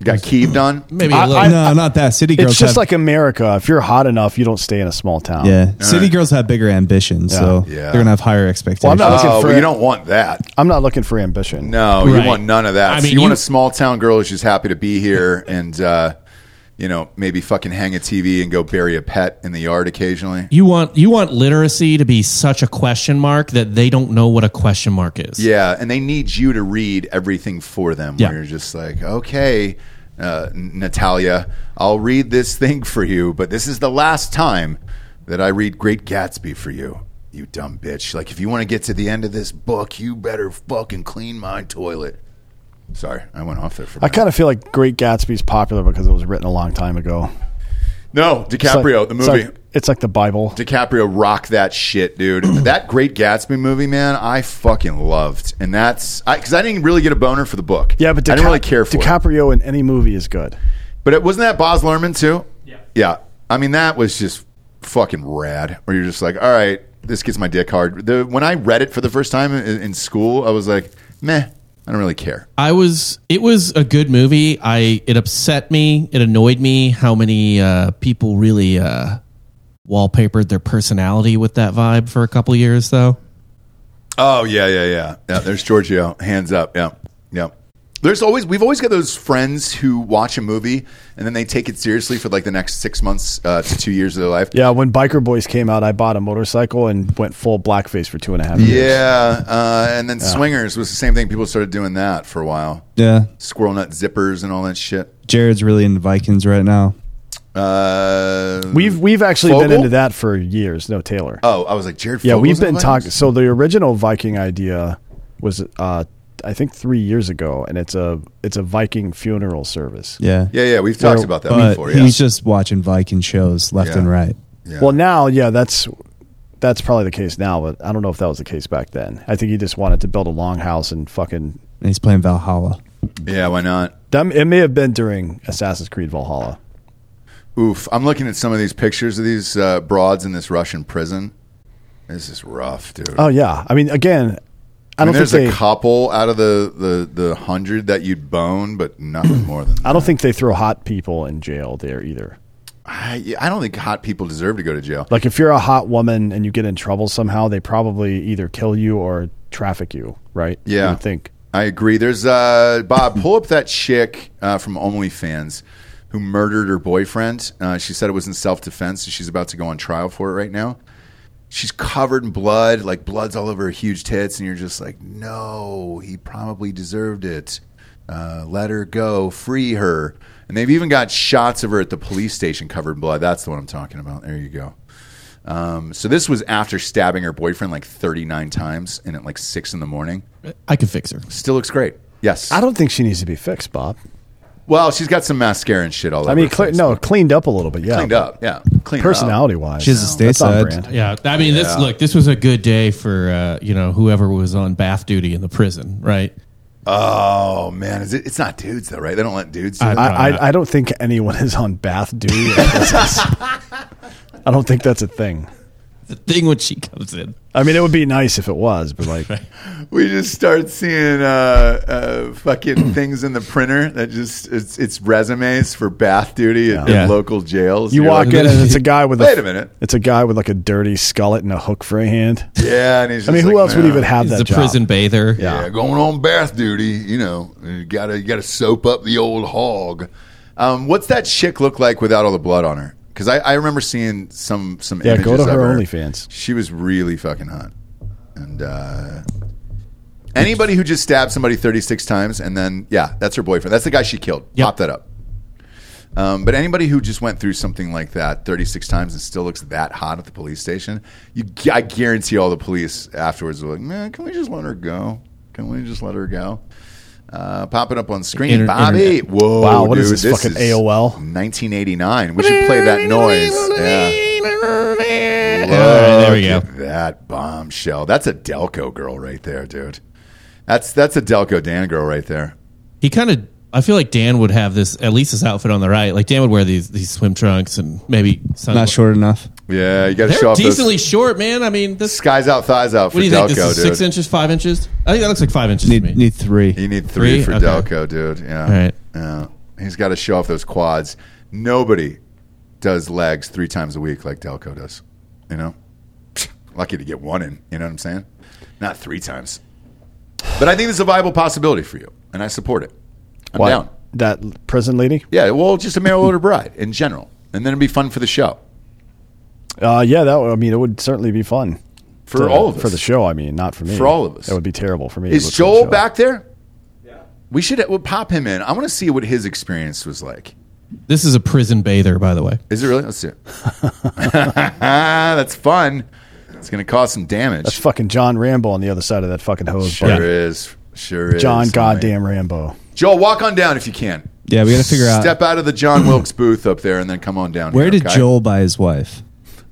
[SPEAKER 1] You got keeved on.
[SPEAKER 3] maybe a
[SPEAKER 2] I-
[SPEAKER 3] little.
[SPEAKER 2] I-
[SPEAKER 4] no, not that. City girls.
[SPEAKER 2] It's just
[SPEAKER 4] have,
[SPEAKER 2] like America. If you're hot enough, you don't stay in a small town.
[SPEAKER 4] yeah. City girls have bigger ambitions, so
[SPEAKER 1] Yeah.
[SPEAKER 4] they're gonna have higher expectations.
[SPEAKER 2] Well, I'm not looking
[SPEAKER 1] Oh,
[SPEAKER 2] for
[SPEAKER 1] well, you don't want that.
[SPEAKER 2] I'm not looking for ambition.
[SPEAKER 1] No,
[SPEAKER 3] Right.
[SPEAKER 1] you want none of that.
[SPEAKER 3] I
[SPEAKER 1] So
[SPEAKER 3] mean,
[SPEAKER 1] you, want
[SPEAKER 3] you-
[SPEAKER 1] a small town girl who's just happy to be here and uh, you know maybe fucking hang a TV and go bury a pet in the yard occasionally.
[SPEAKER 3] you want you want literacy to be such a question mark that they don't know what a question mark is.
[SPEAKER 1] Yeah, and they need you to read everything for them.
[SPEAKER 3] Yeah.
[SPEAKER 1] Where you're just like, okay, uh, N- Natalia, I'll read this thing for you, but this is the last time that I read Great Gatsby for you. You dumb bitch! Like, if you want to get to the end of this book, you better fucking clean my toilet. Sorry, I went off there for. a
[SPEAKER 2] I
[SPEAKER 1] minute.
[SPEAKER 2] kind of feel like Great Gatsby's popular because it was written a long time ago.
[SPEAKER 1] no
[SPEAKER 2] It's like-
[SPEAKER 1] DiCaprio, the
[SPEAKER 2] it's
[SPEAKER 1] movie.
[SPEAKER 2] like- it's like the Bible.
[SPEAKER 1] DiCaprio rocked that shit, dude. that Great Gatsby movie, man, I fucking loved, and that's because I, didn't really get a boner for the book.
[SPEAKER 2] Yeah, but
[SPEAKER 1] I didn't
[SPEAKER 2] Dica-
[SPEAKER 1] really care for it.
[SPEAKER 2] DiCaprio in any movie is good.
[SPEAKER 1] But it wasn't that Boz Lerman too? Yeah. Yeah. I mean, that was just fucking rad. Where you're just like, all right, this gets my dick hard. The, when I read it for the first time in, in school, I was like, meh, I don't really care.
[SPEAKER 3] I was it was a good movie. I it upset me. It annoyed me how many uh, people really uh, wallpapered their personality with that vibe for a couple years though.
[SPEAKER 1] Oh yeah, yeah, yeah. Yeah, there's Giorgio. Hands up. Yeah. Yeah. There's always we've always got those friends who watch a movie and then they take it seriously for like the next six months uh, to two years of their life.
[SPEAKER 2] Yeah, when Biker Boys came out, I bought a motorcycle and went full blackface for two and a half years.
[SPEAKER 1] Yeah, uh, and then swingers was the same thing. People started doing that for a while.
[SPEAKER 4] yeah,
[SPEAKER 1] Squirrel nut zippers and all that shit.
[SPEAKER 4] Jared's really into Vikings right now.
[SPEAKER 1] Uh,
[SPEAKER 2] We've we've actually been
[SPEAKER 1] Fogel?
[SPEAKER 2] into that for years. No, Taylor.
[SPEAKER 1] Oh, I was like Jared.
[SPEAKER 2] yeah,
[SPEAKER 1] Fogel's
[SPEAKER 2] we've
[SPEAKER 1] in
[SPEAKER 2] been
[SPEAKER 1] the
[SPEAKER 2] talking.
[SPEAKER 1] Vikings?
[SPEAKER 2] So the original Viking idea was, uh, I think, three years ago, and it's a it's a Viking funeral service.
[SPEAKER 4] Yeah,
[SPEAKER 1] Yeah, yeah, we've talked
[SPEAKER 2] Well,
[SPEAKER 1] about that
[SPEAKER 4] But
[SPEAKER 1] before. Yeah.
[SPEAKER 4] he's just watching Viking shows left
[SPEAKER 1] Yeah.
[SPEAKER 4] and right.
[SPEAKER 1] yeah.
[SPEAKER 2] Well, now, yeah, that's that's probably the case now, but I don't know if that was the case back then. I think he just wanted to build a longhouse and fucking.
[SPEAKER 4] And he's playing Valhalla.
[SPEAKER 1] yeah, why not?
[SPEAKER 2] That, it may have been during Assassin's Creed Valhalla.
[SPEAKER 1] Oof, I'm looking at some of these pictures of these uh, broads in this Russian prison. This is rough, dude.
[SPEAKER 2] Oh yeah, I mean, again, I
[SPEAKER 1] I mean,
[SPEAKER 2] don't think
[SPEAKER 1] there's
[SPEAKER 2] they.
[SPEAKER 1] a couple out of the the the hundred that you'd bone, but nothing more than.
[SPEAKER 2] I don't think they throw hot people in jail there either.
[SPEAKER 1] I, yeah, I don't think hot people deserve to go to jail.
[SPEAKER 2] Like if you're a hot woman and you get in trouble somehow, they probably either kill you or traffic you, right? You
[SPEAKER 1] Yeah.
[SPEAKER 2] would think.
[SPEAKER 1] I agree. There's uh, Bob. Pull up that chick uh, from OnlyFans who murdered her boyfriend. Uh, she said it was in self defense, and she's about to go on trial for it right now. She's covered in blood, like blood's all over her huge tits, and you're just like, no, he probably deserved it. Uh, let her go, free her. And they've even got shots of her at the police station covered in blood. That's the one I'm talking about. There you go. Um, so this was after stabbing her boyfriend like 39 times and at like six in the morning.
[SPEAKER 3] I could fix her.
[SPEAKER 1] Still looks great. Yes.
[SPEAKER 2] I don't think she needs to be fixed, Bob.
[SPEAKER 1] well, she's got some mascara and shit all over.
[SPEAKER 2] I mean,
[SPEAKER 1] her
[SPEAKER 2] cle-
[SPEAKER 1] face.
[SPEAKER 2] no, cleaned up a little bit. Yeah,
[SPEAKER 1] cleaned
[SPEAKER 2] but
[SPEAKER 1] up. Yeah, cleaned her up.
[SPEAKER 2] Personality-wise,
[SPEAKER 4] She's a
[SPEAKER 2] that's on
[SPEAKER 4] stateside.
[SPEAKER 2] brand.
[SPEAKER 3] Yeah, I mean, this look. This was a good day for uh, you know whoever was on bath duty in the prison, right?
[SPEAKER 1] Oh man, is it? It's not dudes though, right? They don't let dudes. Do that.
[SPEAKER 2] I, I, I don't think anyone is on bath duty. at Christmas. I don't think that's a thing.
[SPEAKER 3] The thing when she comes in,
[SPEAKER 2] I mean, it would be nice if it was, but like,
[SPEAKER 1] we just start seeing uh, uh, fucking things in the printer that just it's, it's resumes for bath duty at,
[SPEAKER 3] Yeah.
[SPEAKER 1] at local jails.
[SPEAKER 2] you
[SPEAKER 1] You're
[SPEAKER 2] walk
[SPEAKER 1] like,
[SPEAKER 2] in and it's a guy with
[SPEAKER 1] Wait
[SPEAKER 2] a,
[SPEAKER 1] a minute.
[SPEAKER 2] It's a guy with like a dirty skullet and a hook for a hand.
[SPEAKER 1] Yeah, and he's
[SPEAKER 2] I mean,
[SPEAKER 1] just
[SPEAKER 2] who
[SPEAKER 1] like,
[SPEAKER 2] else would
[SPEAKER 1] "Man,
[SPEAKER 2] even have
[SPEAKER 3] He's
[SPEAKER 2] that
[SPEAKER 3] a
[SPEAKER 2] job?
[SPEAKER 3] prison bather.
[SPEAKER 1] Yeah. going on bath duty. You know, you gotta you gotta soap up the old hog. Um, what's that chick look like without all the blood on her? Because I, I remember seeing some some
[SPEAKER 2] Yeah,
[SPEAKER 1] images
[SPEAKER 2] go to
[SPEAKER 1] of
[SPEAKER 2] her
[SPEAKER 1] her
[SPEAKER 2] OnlyFans.
[SPEAKER 1] She was really fucking hot, and uh, anybody who just stabbed somebody thirty six times and then yeah, that's her boyfriend. That's the guy she killed.
[SPEAKER 3] Yep.
[SPEAKER 1] Pop that up. Um, but anybody who just went through something like that 36 times and still looks that hot at the police station, you, gu- I guarantee all the police afterwards were like, man, can we just let her go? Can we just let her go? Uh, popping up on screen,
[SPEAKER 3] Inter-
[SPEAKER 1] Bobby.
[SPEAKER 3] internet.
[SPEAKER 1] Whoa,
[SPEAKER 2] Wow, what
[SPEAKER 1] dude,
[SPEAKER 2] is this, fucking AOL?
[SPEAKER 1] 1989. We should play that noise. Yeah.
[SPEAKER 3] right, there we
[SPEAKER 1] Look
[SPEAKER 3] go.
[SPEAKER 1] at That bombshell. That's a Delco girl right there, dude. That's that's a Delco Dan girl right there.
[SPEAKER 3] He kind of. I feel like Dan would have this at least this outfit on the right. Like Dan would wear these these swim trunks and maybe sunglasses.
[SPEAKER 4] Not short enough.
[SPEAKER 1] Yeah, you got to show
[SPEAKER 3] They're
[SPEAKER 1] off those
[SPEAKER 3] decently short, man. I mean, this.
[SPEAKER 1] skies out, thighs out for
[SPEAKER 3] What do you
[SPEAKER 1] Delco,
[SPEAKER 3] think? This is
[SPEAKER 1] dude.
[SPEAKER 3] six inches, five inches. I think that looks like five inches to me.
[SPEAKER 4] Need need three.
[SPEAKER 1] You need three,
[SPEAKER 3] Three?
[SPEAKER 1] for
[SPEAKER 3] Okay.
[SPEAKER 1] Delco, dude. Yeah.
[SPEAKER 3] All right.
[SPEAKER 1] Yeah. He's got to show off those quads. Nobody does legs three times a week like Delco does. You know? Lucky to get one in. You know what I'm saying? Not three times. But I think it's a viable possibility for you, and I support it. I'm
[SPEAKER 2] What?
[SPEAKER 1] down.
[SPEAKER 2] That prison lady?
[SPEAKER 1] Yeah, well, just a mail order bride in general. And then it'd be fun for the show.
[SPEAKER 2] Uh, yeah, that. would- I mean, it would certainly be fun
[SPEAKER 1] For
[SPEAKER 2] To-
[SPEAKER 1] all of us.
[SPEAKER 2] for the show. I mean, not for me.
[SPEAKER 1] For all of us.
[SPEAKER 2] that would be terrible for me.
[SPEAKER 1] Is
[SPEAKER 2] but for the
[SPEAKER 1] Joel
[SPEAKER 2] show.
[SPEAKER 1] back there? Yeah. We should we'll pop him in. I want to see what his experience was like.
[SPEAKER 3] This is a prison bather, by the way.
[SPEAKER 1] Is it really? Let's see it. That's fun. It's going to cause some damage.
[SPEAKER 2] That's fucking John Rambo on the other side of that fucking hose.
[SPEAKER 1] sure
[SPEAKER 2] buddy.
[SPEAKER 1] is. Sure is.
[SPEAKER 2] John
[SPEAKER 1] homie.
[SPEAKER 2] Goddamn Rambo.
[SPEAKER 1] Joel, walk on down if you can.
[SPEAKER 4] Yeah, we got to figure out
[SPEAKER 1] Step out of the John Wilkes booth up there and then come on down.
[SPEAKER 4] where
[SPEAKER 1] here,
[SPEAKER 4] did
[SPEAKER 1] okay?
[SPEAKER 4] Joel buy his wife?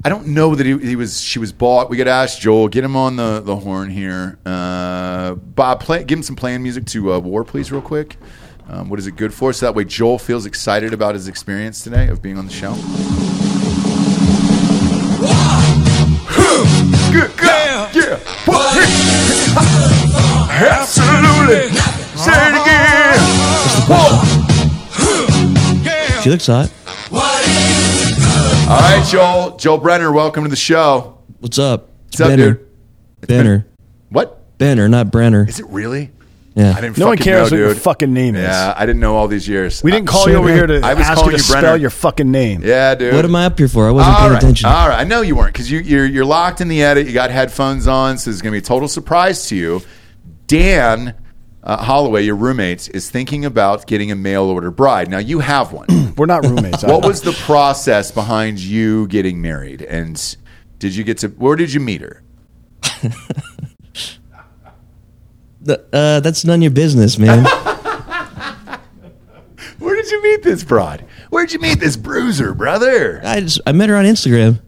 [SPEAKER 1] I don't know that he, he was. She was bought. We got to ask Joel. Get him on the, the horn here. Uh, Bob, play, give him some playing music to uh, War, please, real quick. Um, what is it good for? So that way Joel feels excited about his experience today of being on the show. Good God. Yeah. Absolutely. Say it again.
[SPEAKER 4] She looks hot.
[SPEAKER 1] All right, Joel. Joel Brenner, welcome to the show.
[SPEAKER 7] What's up?
[SPEAKER 1] What's up,
[SPEAKER 7] Benner.
[SPEAKER 1] dude?
[SPEAKER 7] Benner.
[SPEAKER 1] What?
[SPEAKER 7] Benner, not Brenner.
[SPEAKER 1] Is it really? I
[SPEAKER 7] Yeah.
[SPEAKER 1] didn't
[SPEAKER 2] No one
[SPEAKER 1] fucking
[SPEAKER 2] cares
[SPEAKER 1] know,
[SPEAKER 2] what your
[SPEAKER 1] dude.
[SPEAKER 2] fucking name is.
[SPEAKER 1] Yeah, I didn't know all these years.
[SPEAKER 2] We didn't
[SPEAKER 1] I-
[SPEAKER 2] call you over here to
[SPEAKER 1] I was
[SPEAKER 2] ask you
[SPEAKER 1] calling
[SPEAKER 2] to
[SPEAKER 1] you
[SPEAKER 2] spell
[SPEAKER 1] Brenner.
[SPEAKER 2] your fucking name.
[SPEAKER 1] Yeah, dude.
[SPEAKER 7] What am I up here for? I wasn't
[SPEAKER 1] All
[SPEAKER 7] paying
[SPEAKER 1] right,
[SPEAKER 7] attention.
[SPEAKER 1] all right. I know you weren't because you, you're you're locked in the edit. You got headphones on, so it's going to be a total surprise to you. Dan uh, Holloway, your roommate, is thinking about getting a mail order bride. Now you have one.
[SPEAKER 2] We're not roommates. I
[SPEAKER 1] what
[SPEAKER 2] don't-
[SPEAKER 1] was the process behind you getting married? And did you get to where did you meet her?
[SPEAKER 7] Th- uh, that's none of your business, man.
[SPEAKER 1] Where did you meet this broad? Where did you meet this bruiser, brother?
[SPEAKER 7] I just I met her on Instagram.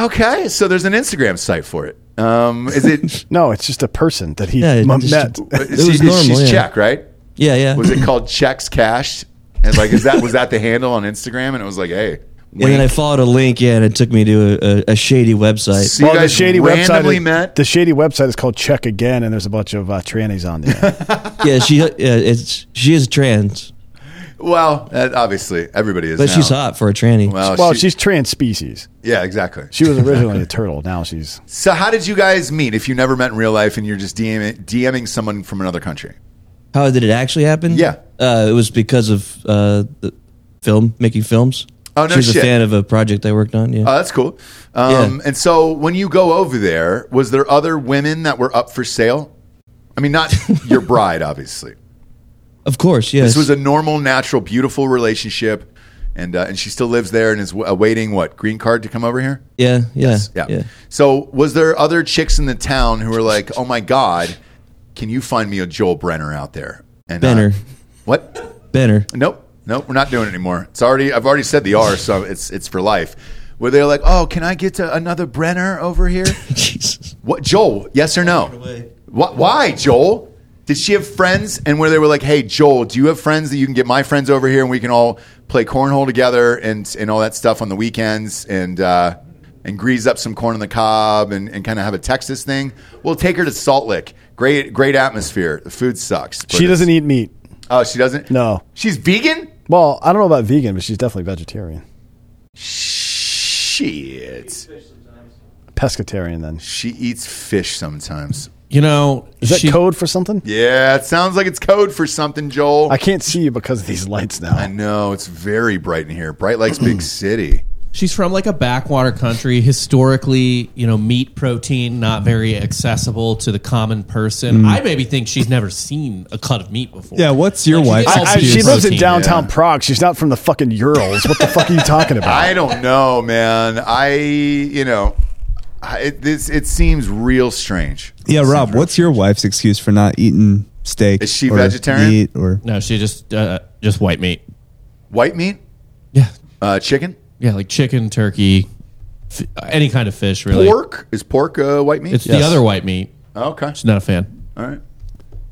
[SPEAKER 1] Okay, so there's an Instagram site for it. Um, is it?
[SPEAKER 2] No, it's just a person that he
[SPEAKER 7] Yeah, it
[SPEAKER 2] m-
[SPEAKER 7] just-
[SPEAKER 2] met.
[SPEAKER 1] is
[SPEAKER 7] was
[SPEAKER 1] she- is-
[SPEAKER 7] normal,
[SPEAKER 1] she's
[SPEAKER 7] yeah.
[SPEAKER 1] Czech, right?
[SPEAKER 7] Yeah, yeah.
[SPEAKER 1] Was it called Checks Cashed? And like, is that was that the handle on Instagram? And it was like, hey,
[SPEAKER 7] and then I
[SPEAKER 1] wink.
[SPEAKER 7] followed a link, yeah, and it took me to a, a, a shady website.
[SPEAKER 1] So you guys randomly
[SPEAKER 2] website.
[SPEAKER 1] met.
[SPEAKER 2] The shady website is called Check Again, and there's a bunch of uh, trannies on there.
[SPEAKER 7] yeah, she yeah, it's she is trans,
[SPEAKER 1] well, that, obviously everybody is.
[SPEAKER 7] but
[SPEAKER 1] now.
[SPEAKER 7] she's hot for a tranny.
[SPEAKER 1] Well,
[SPEAKER 2] well,
[SPEAKER 1] Oh, she-
[SPEAKER 2] she's trans species.
[SPEAKER 1] yeah, exactly.
[SPEAKER 2] She was originally a turtle. Now she's
[SPEAKER 1] so how did you guys meet? If you never met in real life and you're just DM, DMing someone from another country,
[SPEAKER 7] How did it actually happen?
[SPEAKER 1] Yeah.
[SPEAKER 7] uh, it was because of uh, the, film, making films.
[SPEAKER 1] Oh, no
[SPEAKER 7] she was
[SPEAKER 1] shit.
[SPEAKER 7] a fan of a project I worked on. Yeah.
[SPEAKER 1] Oh, that's cool. Um,
[SPEAKER 7] Yeah.
[SPEAKER 1] And so when you go over there, was there other women that were up for sale? I mean, not your bride, obviously.
[SPEAKER 7] of course, yes.
[SPEAKER 1] This was a normal, natural, beautiful relationship, and uh, and she still lives there and is w- awaiting what green card to come over here.
[SPEAKER 7] yeah, yeah,
[SPEAKER 1] Yeah.
[SPEAKER 7] yeah.
[SPEAKER 1] So was there other chicks in the town who were like, "Oh my god, can you find me a Joel Brenner out there?" And uh,
[SPEAKER 7] Benner.
[SPEAKER 1] what?
[SPEAKER 7] Benner.
[SPEAKER 1] Nope, nope, we're not doing it anymore. It's already I've already said the R, so it's it's for life. Where they're like, "Oh, can I get to another Brenner over here?"
[SPEAKER 7] Jesus.
[SPEAKER 1] What Joel? Yes or no? Wh- why Joel? Did she have friends? And where they were like, "Hey Joel, do you have friends that you can get my friends over here and we can all play cornhole together and and all that stuff on the weekends and uh, and grease up some corn on the cob and, and kind of have a Texas thing? We'll take her to Salt Lick. Great great atmosphere. The food sucks. but
[SPEAKER 2] She doesn't
[SPEAKER 1] it's-
[SPEAKER 2] eat meat.
[SPEAKER 1] Oh, she doesn't.
[SPEAKER 2] No.
[SPEAKER 1] she's vegan.
[SPEAKER 2] Well, I don't know about vegan, but she's definitely vegetarian.
[SPEAKER 1] Shit.
[SPEAKER 2] Pescatarian then.
[SPEAKER 1] She eats fish sometimes.
[SPEAKER 3] You know,
[SPEAKER 2] Is that
[SPEAKER 3] she-
[SPEAKER 2] code for something?
[SPEAKER 1] Yeah, it sounds like it's code for something, Joel.
[SPEAKER 2] I can't see you because of these lights now.
[SPEAKER 1] I know it's very bright in here. Bright likes big city.
[SPEAKER 3] She's from like a backwater country, historically, you know, meat protein not very accessible to the common person. I maybe think she's never seen a cut of meat before.
[SPEAKER 4] Mm. Yeah, what's your
[SPEAKER 3] Like,
[SPEAKER 4] wife's
[SPEAKER 3] she gets all
[SPEAKER 2] I-
[SPEAKER 3] beef
[SPEAKER 2] she lives in
[SPEAKER 3] protein.
[SPEAKER 2] downtown
[SPEAKER 1] yeah.
[SPEAKER 2] Prague. She's not from the fucking Urals. What the fuck are you talking about?
[SPEAKER 1] I don't know, man. I you know, I, it, this it seems real strange.
[SPEAKER 4] Yeah, Rob, what's your wife's excuse for not eating steak?
[SPEAKER 1] Is she
[SPEAKER 4] or
[SPEAKER 1] vegetarian?
[SPEAKER 4] meat or
[SPEAKER 3] No, she just uh, just white meat.
[SPEAKER 1] White meat,
[SPEAKER 3] Yeah,
[SPEAKER 1] uh, chicken,
[SPEAKER 3] yeah, like chicken, turkey, f- any kind of fish, really.
[SPEAKER 1] pork. Is pork uh, white meat?
[SPEAKER 3] It's the other white meat.
[SPEAKER 1] okay,
[SPEAKER 3] She's not a fan.
[SPEAKER 1] all right.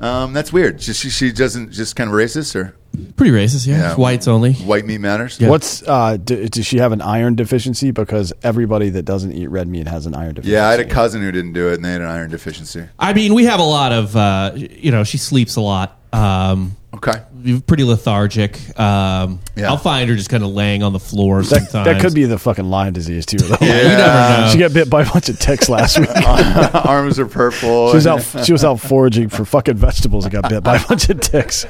[SPEAKER 1] Um, that's weird. She, she, she doesn't just kind of racist or
[SPEAKER 3] Pretty racist, yeah.
[SPEAKER 1] Yeah.
[SPEAKER 3] It's Whites only.
[SPEAKER 1] white meat matters.
[SPEAKER 3] Yeah.
[SPEAKER 2] What's uh, d- does she have an iron deficiency? Because everybody that doesn't eat red meat has an iron deficiency.
[SPEAKER 1] Yeah, I had a cousin who didn't do it, and they had an iron deficiency.
[SPEAKER 3] I mean, we have a lot of, uh, you know, she sleeps a lot. Um,
[SPEAKER 1] Okay,
[SPEAKER 3] you're pretty lethargic. Um,
[SPEAKER 1] Yeah.
[SPEAKER 3] I'll find her just kind of laying on the floor
[SPEAKER 2] that,
[SPEAKER 3] sometimes.
[SPEAKER 2] that could be the fucking Lyme disease too. though.
[SPEAKER 3] You never know.
[SPEAKER 2] she got bit by a bunch of ticks last week.
[SPEAKER 1] Oh, arms are purple.
[SPEAKER 2] She was
[SPEAKER 1] and-
[SPEAKER 2] out. She was out foraging for fucking vegetables and got bit by a bunch of ticks.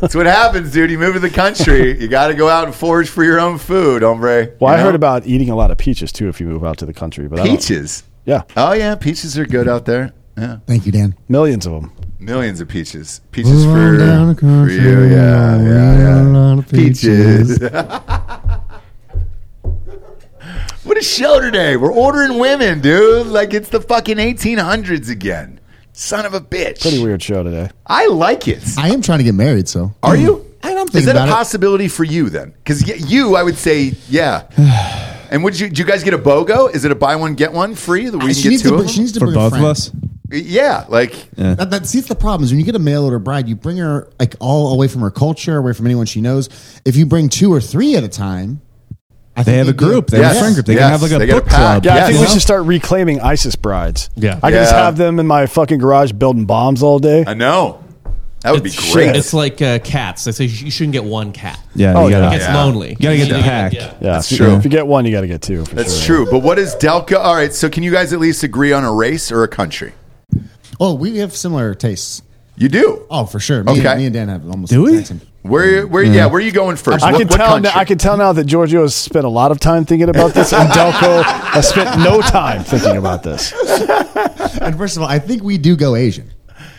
[SPEAKER 1] That's what happens, dude. You move to the country, you got to go out and forage for your own food, hombre.
[SPEAKER 2] Well,
[SPEAKER 1] You
[SPEAKER 2] I heard
[SPEAKER 1] know?
[SPEAKER 2] about eating a lot of peaches too if you move out to the country. But I don't-
[SPEAKER 1] peaches.
[SPEAKER 2] yeah,
[SPEAKER 1] Oh yeah, peaches are good out there. Yeah,
[SPEAKER 5] Thank you, Dan.
[SPEAKER 2] millions of them.
[SPEAKER 1] millions of peaches. Peaches
[SPEAKER 5] Move on
[SPEAKER 1] for,
[SPEAKER 5] down the
[SPEAKER 1] for
[SPEAKER 5] country,
[SPEAKER 1] you. Yeah, yeah,
[SPEAKER 5] we got a
[SPEAKER 1] yeah.
[SPEAKER 5] lot of
[SPEAKER 1] Peaches. what a show today! We're ordering women, dude. Like it's the fucking 1800s again. Son of a bitch.
[SPEAKER 2] Pretty weird show today.
[SPEAKER 1] I like it.
[SPEAKER 5] I am trying to get married, so
[SPEAKER 1] Are you?
[SPEAKER 5] I don't
[SPEAKER 1] Is
[SPEAKER 5] think
[SPEAKER 1] that
[SPEAKER 5] about
[SPEAKER 1] a
[SPEAKER 5] it.
[SPEAKER 1] possibility for you then? Because you, I would say, yeah. and would you? Do you guys get a bogo? Is it a buy one get one free? That we can
[SPEAKER 5] she,
[SPEAKER 1] get
[SPEAKER 5] needs
[SPEAKER 1] two
[SPEAKER 5] to,
[SPEAKER 1] of
[SPEAKER 5] bring- she
[SPEAKER 1] them?
[SPEAKER 5] needs to
[SPEAKER 4] for
[SPEAKER 5] bring a
[SPEAKER 4] both of
[SPEAKER 5] friend.
[SPEAKER 4] us?
[SPEAKER 1] Yeah, like
[SPEAKER 5] That, that, see, that's the problem is when you get a mail order bride, you bring her like all away from her culture, away from anyone she knows. If you bring two or three at a time, I
[SPEAKER 4] They have a
[SPEAKER 5] they'd be-
[SPEAKER 4] group. They have
[SPEAKER 1] Yes.
[SPEAKER 4] a friend group. They
[SPEAKER 1] Yes.
[SPEAKER 4] can have like a
[SPEAKER 1] They got a
[SPEAKER 4] book
[SPEAKER 1] pack.
[SPEAKER 4] club.
[SPEAKER 2] Yeah, I
[SPEAKER 1] Yes.
[SPEAKER 2] think we
[SPEAKER 1] You know?
[SPEAKER 2] should start reclaiming ISIS brides.
[SPEAKER 3] Yeah.
[SPEAKER 2] I can just
[SPEAKER 1] Yeah.
[SPEAKER 2] have them in my fucking garage building bombs all day.
[SPEAKER 1] I know that would
[SPEAKER 3] It's,
[SPEAKER 1] be great.
[SPEAKER 3] It's like uh, cats. They say you shouldn't get one cat.
[SPEAKER 4] Yeah,
[SPEAKER 2] Oh,
[SPEAKER 4] you
[SPEAKER 2] yeah.
[SPEAKER 3] It
[SPEAKER 4] gotta,
[SPEAKER 3] gets
[SPEAKER 1] Yeah.
[SPEAKER 3] lonely. You
[SPEAKER 4] gotta get the
[SPEAKER 3] need to
[SPEAKER 4] pack.
[SPEAKER 2] Yeah,
[SPEAKER 1] That's
[SPEAKER 2] if you-
[SPEAKER 1] true.
[SPEAKER 2] If you get one, you got to get two. For
[SPEAKER 1] That's
[SPEAKER 2] sure.
[SPEAKER 1] true. But what is Delca? All right, so can you guys at least agree on a race or a country?
[SPEAKER 5] Oh, we have similar tastes.
[SPEAKER 1] You do.
[SPEAKER 5] Oh, for sure. Me,
[SPEAKER 1] Okay.
[SPEAKER 5] and, me and Dan have almost
[SPEAKER 4] Do
[SPEAKER 5] the
[SPEAKER 4] we?
[SPEAKER 5] exact same.
[SPEAKER 1] Where? Where? Yeah. where are you going first?
[SPEAKER 2] I
[SPEAKER 1] What-
[SPEAKER 2] can
[SPEAKER 1] what
[SPEAKER 2] tell. Now,
[SPEAKER 1] country?
[SPEAKER 2] I can tell now that Giorgio has spent a lot of time thinking about this, and Delco has spent no time thinking about this.
[SPEAKER 5] And first of all, I think we do go Asian.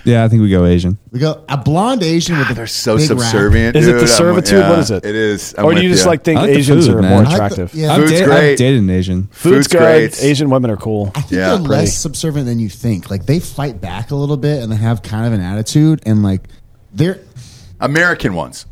[SPEAKER 4] Yeah, I think we go Asian.
[SPEAKER 5] We go a blonde Asian with a
[SPEAKER 1] They're so
[SPEAKER 5] big
[SPEAKER 1] subservient.
[SPEAKER 2] Is it
[SPEAKER 1] dude.
[SPEAKER 2] the
[SPEAKER 1] I'm-
[SPEAKER 2] servitude?
[SPEAKER 1] yeah,
[SPEAKER 2] what is it?
[SPEAKER 1] It is. I'm
[SPEAKER 2] or do you
[SPEAKER 1] with
[SPEAKER 2] just
[SPEAKER 1] ya.
[SPEAKER 2] like think
[SPEAKER 4] I like the
[SPEAKER 2] Asians
[SPEAKER 4] food,
[SPEAKER 2] are
[SPEAKER 4] man.
[SPEAKER 2] more
[SPEAKER 4] I like
[SPEAKER 5] the-
[SPEAKER 2] attractive?
[SPEAKER 5] yeah.
[SPEAKER 4] I've,
[SPEAKER 1] Food's
[SPEAKER 4] da-
[SPEAKER 1] great.
[SPEAKER 4] I've dated an Asian.
[SPEAKER 2] Food's
[SPEAKER 1] Food's
[SPEAKER 2] great.
[SPEAKER 1] great.
[SPEAKER 2] Asian women are cool.
[SPEAKER 5] I think
[SPEAKER 1] Yeah,
[SPEAKER 5] they're
[SPEAKER 1] pretty.
[SPEAKER 5] less subservient than you think. Like they fight back a little bit and they have kind of an attitude and like they're
[SPEAKER 1] American ones?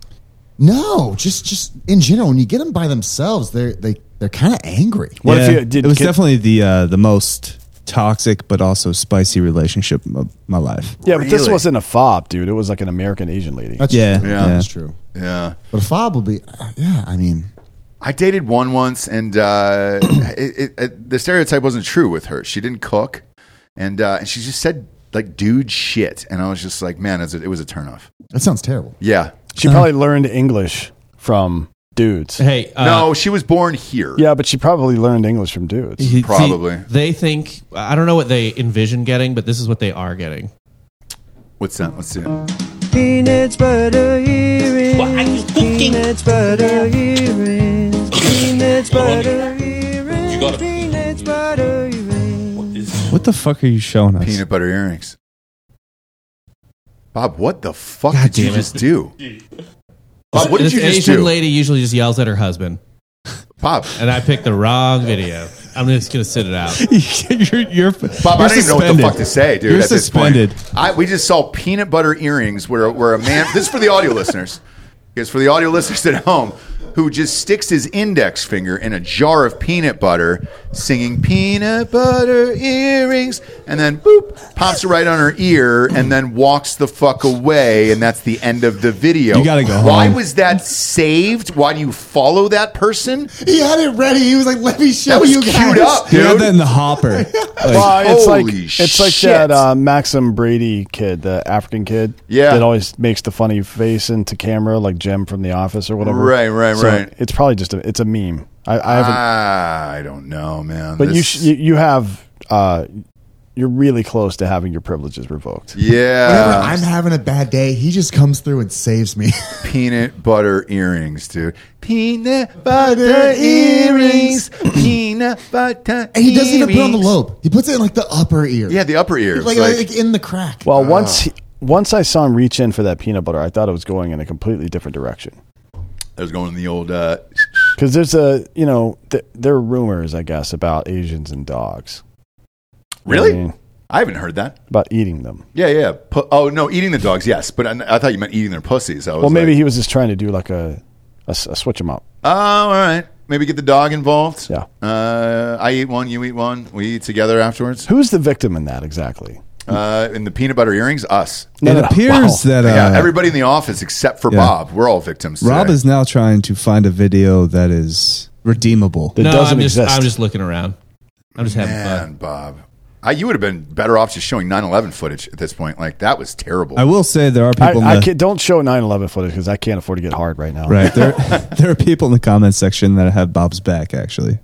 [SPEAKER 5] no, just just in general when you get them by themselves, they're they they're kind of angry.
[SPEAKER 2] What
[SPEAKER 4] yeah.
[SPEAKER 2] if you did?
[SPEAKER 4] it was
[SPEAKER 2] get-
[SPEAKER 4] definitely the uh, the most toxic but also spicy relationship of my life.
[SPEAKER 2] Yeah, but this
[SPEAKER 1] Really?
[SPEAKER 2] wasn't a fob, dude. It was like an American Asian lady.
[SPEAKER 5] That's
[SPEAKER 4] Yeah.
[SPEAKER 5] true.
[SPEAKER 4] Yeah.
[SPEAKER 5] that's true.
[SPEAKER 1] Yeah.
[SPEAKER 5] But a fob will be uh, yeah. I mean,
[SPEAKER 1] I dated one once, and uh, it, it, it, the stereotype wasn't true with her. She didn't cook, and uh, and she just said like dude shit, and I was just like, man, it was a, it was a turnoff.
[SPEAKER 5] that sounds terrible.
[SPEAKER 1] Yeah,
[SPEAKER 2] She probably learned English from dudes.
[SPEAKER 3] Hey, uh,
[SPEAKER 1] no, she was born here.
[SPEAKER 2] Yeah, but she probably learned English from dudes.
[SPEAKER 3] see,
[SPEAKER 1] Probably.
[SPEAKER 3] they think I don't know what they envision getting, but this is what they are getting.
[SPEAKER 1] what's that? Let's see. it.
[SPEAKER 8] Peanuts butter earrings.
[SPEAKER 9] What are you thinking?
[SPEAKER 8] Peanuts butter earrings. Peanuts butter earrings.
[SPEAKER 9] You gotta-
[SPEAKER 8] Peanuts butter earrings.
[SPEAKER 4] What the fuck are you showing us?
[SPEAKER 1] Peanut butter earrings. Bob, what the fuck
[SPEAKER 3] God
[SPEAKER 1] did you
[SPEAKER 3] damn it.
[SPEAKER 1] just do? Bob, what did
[SPEAKER 3] this
[SPEAKER 1] you just
[SPEAKER 3] Asian
[SPEAKER 1] do?
[SPEAKER 3] lady usually just yells at her husband,
[SPEAKER 1] Bob,
[SPEAKER 3] and I picked the wrong video. I'm just gonna sit it out.
[SPEAKER 4] you're, you're,
[SPEAKER 1] Bob,
[SPEAKER 4] you're
[SPEAKER 1] I don't even know what the
[SPEAKER 4] suspended.
[SPEAKER 1] fuck to say, dude.
[SPEAKER 4] You're
[SPEAKER 1] at this
[SPEAKER 4] suspended.
[SPEAKER 1] point. I, we just saw peanut butter earrings where, where a man, this is for the audio listeners, because for the audio listeners at home, who just sticks his index finger in a jar of peanut butter, singing peanut butter earrings, and then boop, pops it right on her ear, and then walks the fuck away, and that's the end of the video.
[SPEAKER 4] You gotta go
[SPEAKER 1] Why
[SPEAKER 4] home.
[SPEAKER 1] was that saved? Why do you follow that person?
[SPEAKER 5] He had it ready. He was like, "Let me show
[SPEAKER 1] That was
[SPEAKER 5] you
[SPEAKER 1] queued
[SPEAKER 5] guys."
[SPEAKER 1] up,
[SPEAKER 4] You had
[SPEAKER 1] dude.
[SPEAKER 4] that in the hopper. Like,
[SPEAKER 2] Well, Uh, it's like
[SPEAKER 1] holy
[SPEAKER 2] it's like
[SPEAKER 1] shit.
[SPEAKER 2] that uh, Maxim Brady kid, the African kid.
[SPEAKER 1] Yeah.
[SPEAKER 2] that always makes the funny face into camera, like Jim from The Office or whatever.
[SPEAKER 1] Right, right,
[SPEAKER 2] So
[SPEAKER 1] right.
[SPEAKER 2] It's probably just a, it's a meme. I, I haven't,
[SPEAKER 1] Ah, I don't know, man.
[SPEAKER 2] but you,
[SPEAKER 1] This-
[SPEAKER 2] sh- you you have uh, you're really close to having your privileges revoked.
[SPEAKER 5] Whenever
[SPEAKER 1] Yeah,
[SPEAKER 5] I'm having a bad day, he just comes through and saves me.
[SPEAKER 1] peanut butter earrings, dude. Peanut butter earrings. peanut butter.
[SPEAKER 5] and he doesn't even put it on the
[SPEAKER 1] earrings.
[SPEAKER 5] lobe. He puts it in like the upper ear.
[SPEAKER 1] Yeah, the upper ears.
[SPEAKER 5] like,
[SPEAKER 1] Like,
[SPEAKER 5] like, in the crack.
[SPEAKER 1] Ah.
[SPEAKER 2] Well, once he, once I saw him reach in for that peanut butter, I thought it was going in a completely different direction.
[SPEAKER 1] I was going in the old. Uh,
[SPEAKER 2] Because there's a you know th- there are rumors, I guess, about Asians and dogs. You know what I
[SPEAKER 1] really?
[SPEAKER 2] mean?
[SPEAKER 1] I haven't heard that.
[SPEAKER 2] about eating them.
[SPEAKER 1] Yeah, yeah. Pu- oh no, eating the dogs. Yes, but I, I thought you meant eating their pussies. I was
[SPEAKER 2] Well, maybe
[SPEAKER 1] like,
[SPEAKER 2] he was just trying to do like a, a s- a switch him up.
[SPEAKER 1] Oh, all right. Maybe get the dog involved.
[SPEAKER 2] Yeah.
[SPEAKER 1] Uh, I eat one. You eat one. We eat together afterwards.
[SPEAKER 2] Who's the victim in that exactly?
[SPEAKER 1] Uh, and the peanut butter earrings. Us.
[SPEAKER 2] No,
[SPEAKER 4] it
[SPEAKER 2] no, no.
[SPEAKER 4] appears
[SPEAKER 2] Wow.
[SPEAKER 4] that uh,
[SPEAKER 1] yeah. Everybody in the office except for
[SPEAKER 4] yeah.
[SPEAKER 1] Bob. We're all victims.
[SPEAKER 4] Rob
[SPEAKER 1] today.
[SPEAKER 4] is now trying to find a video that is redeemable.
[SPEAKER 2] That
[SPEAKER 3] no,
[SPEAKER 2] doesn't
[SPEAKER 3] I'm just
[SPEAKER 2] exist.
[SPEAKER 3] I'm just looking around. I'm just having fun.
[SPEAKER 1] Man, Bob. I, you would have been better off just showing 9 11 footage at this point. Like, that was terrible.
[SPEAKER 4] I will say there are
[SPEAKER 2] I,
[SPEAKER 4] people. in
[SPEAKER 2] I
[SPEAKER 4] the,
[SPEAKER 2] can't, don't show 9/11 footage because I can't afford to get hard right now.
[SPEAKER 4] Right there, there are people in the comment section that have Bob's back. Actually,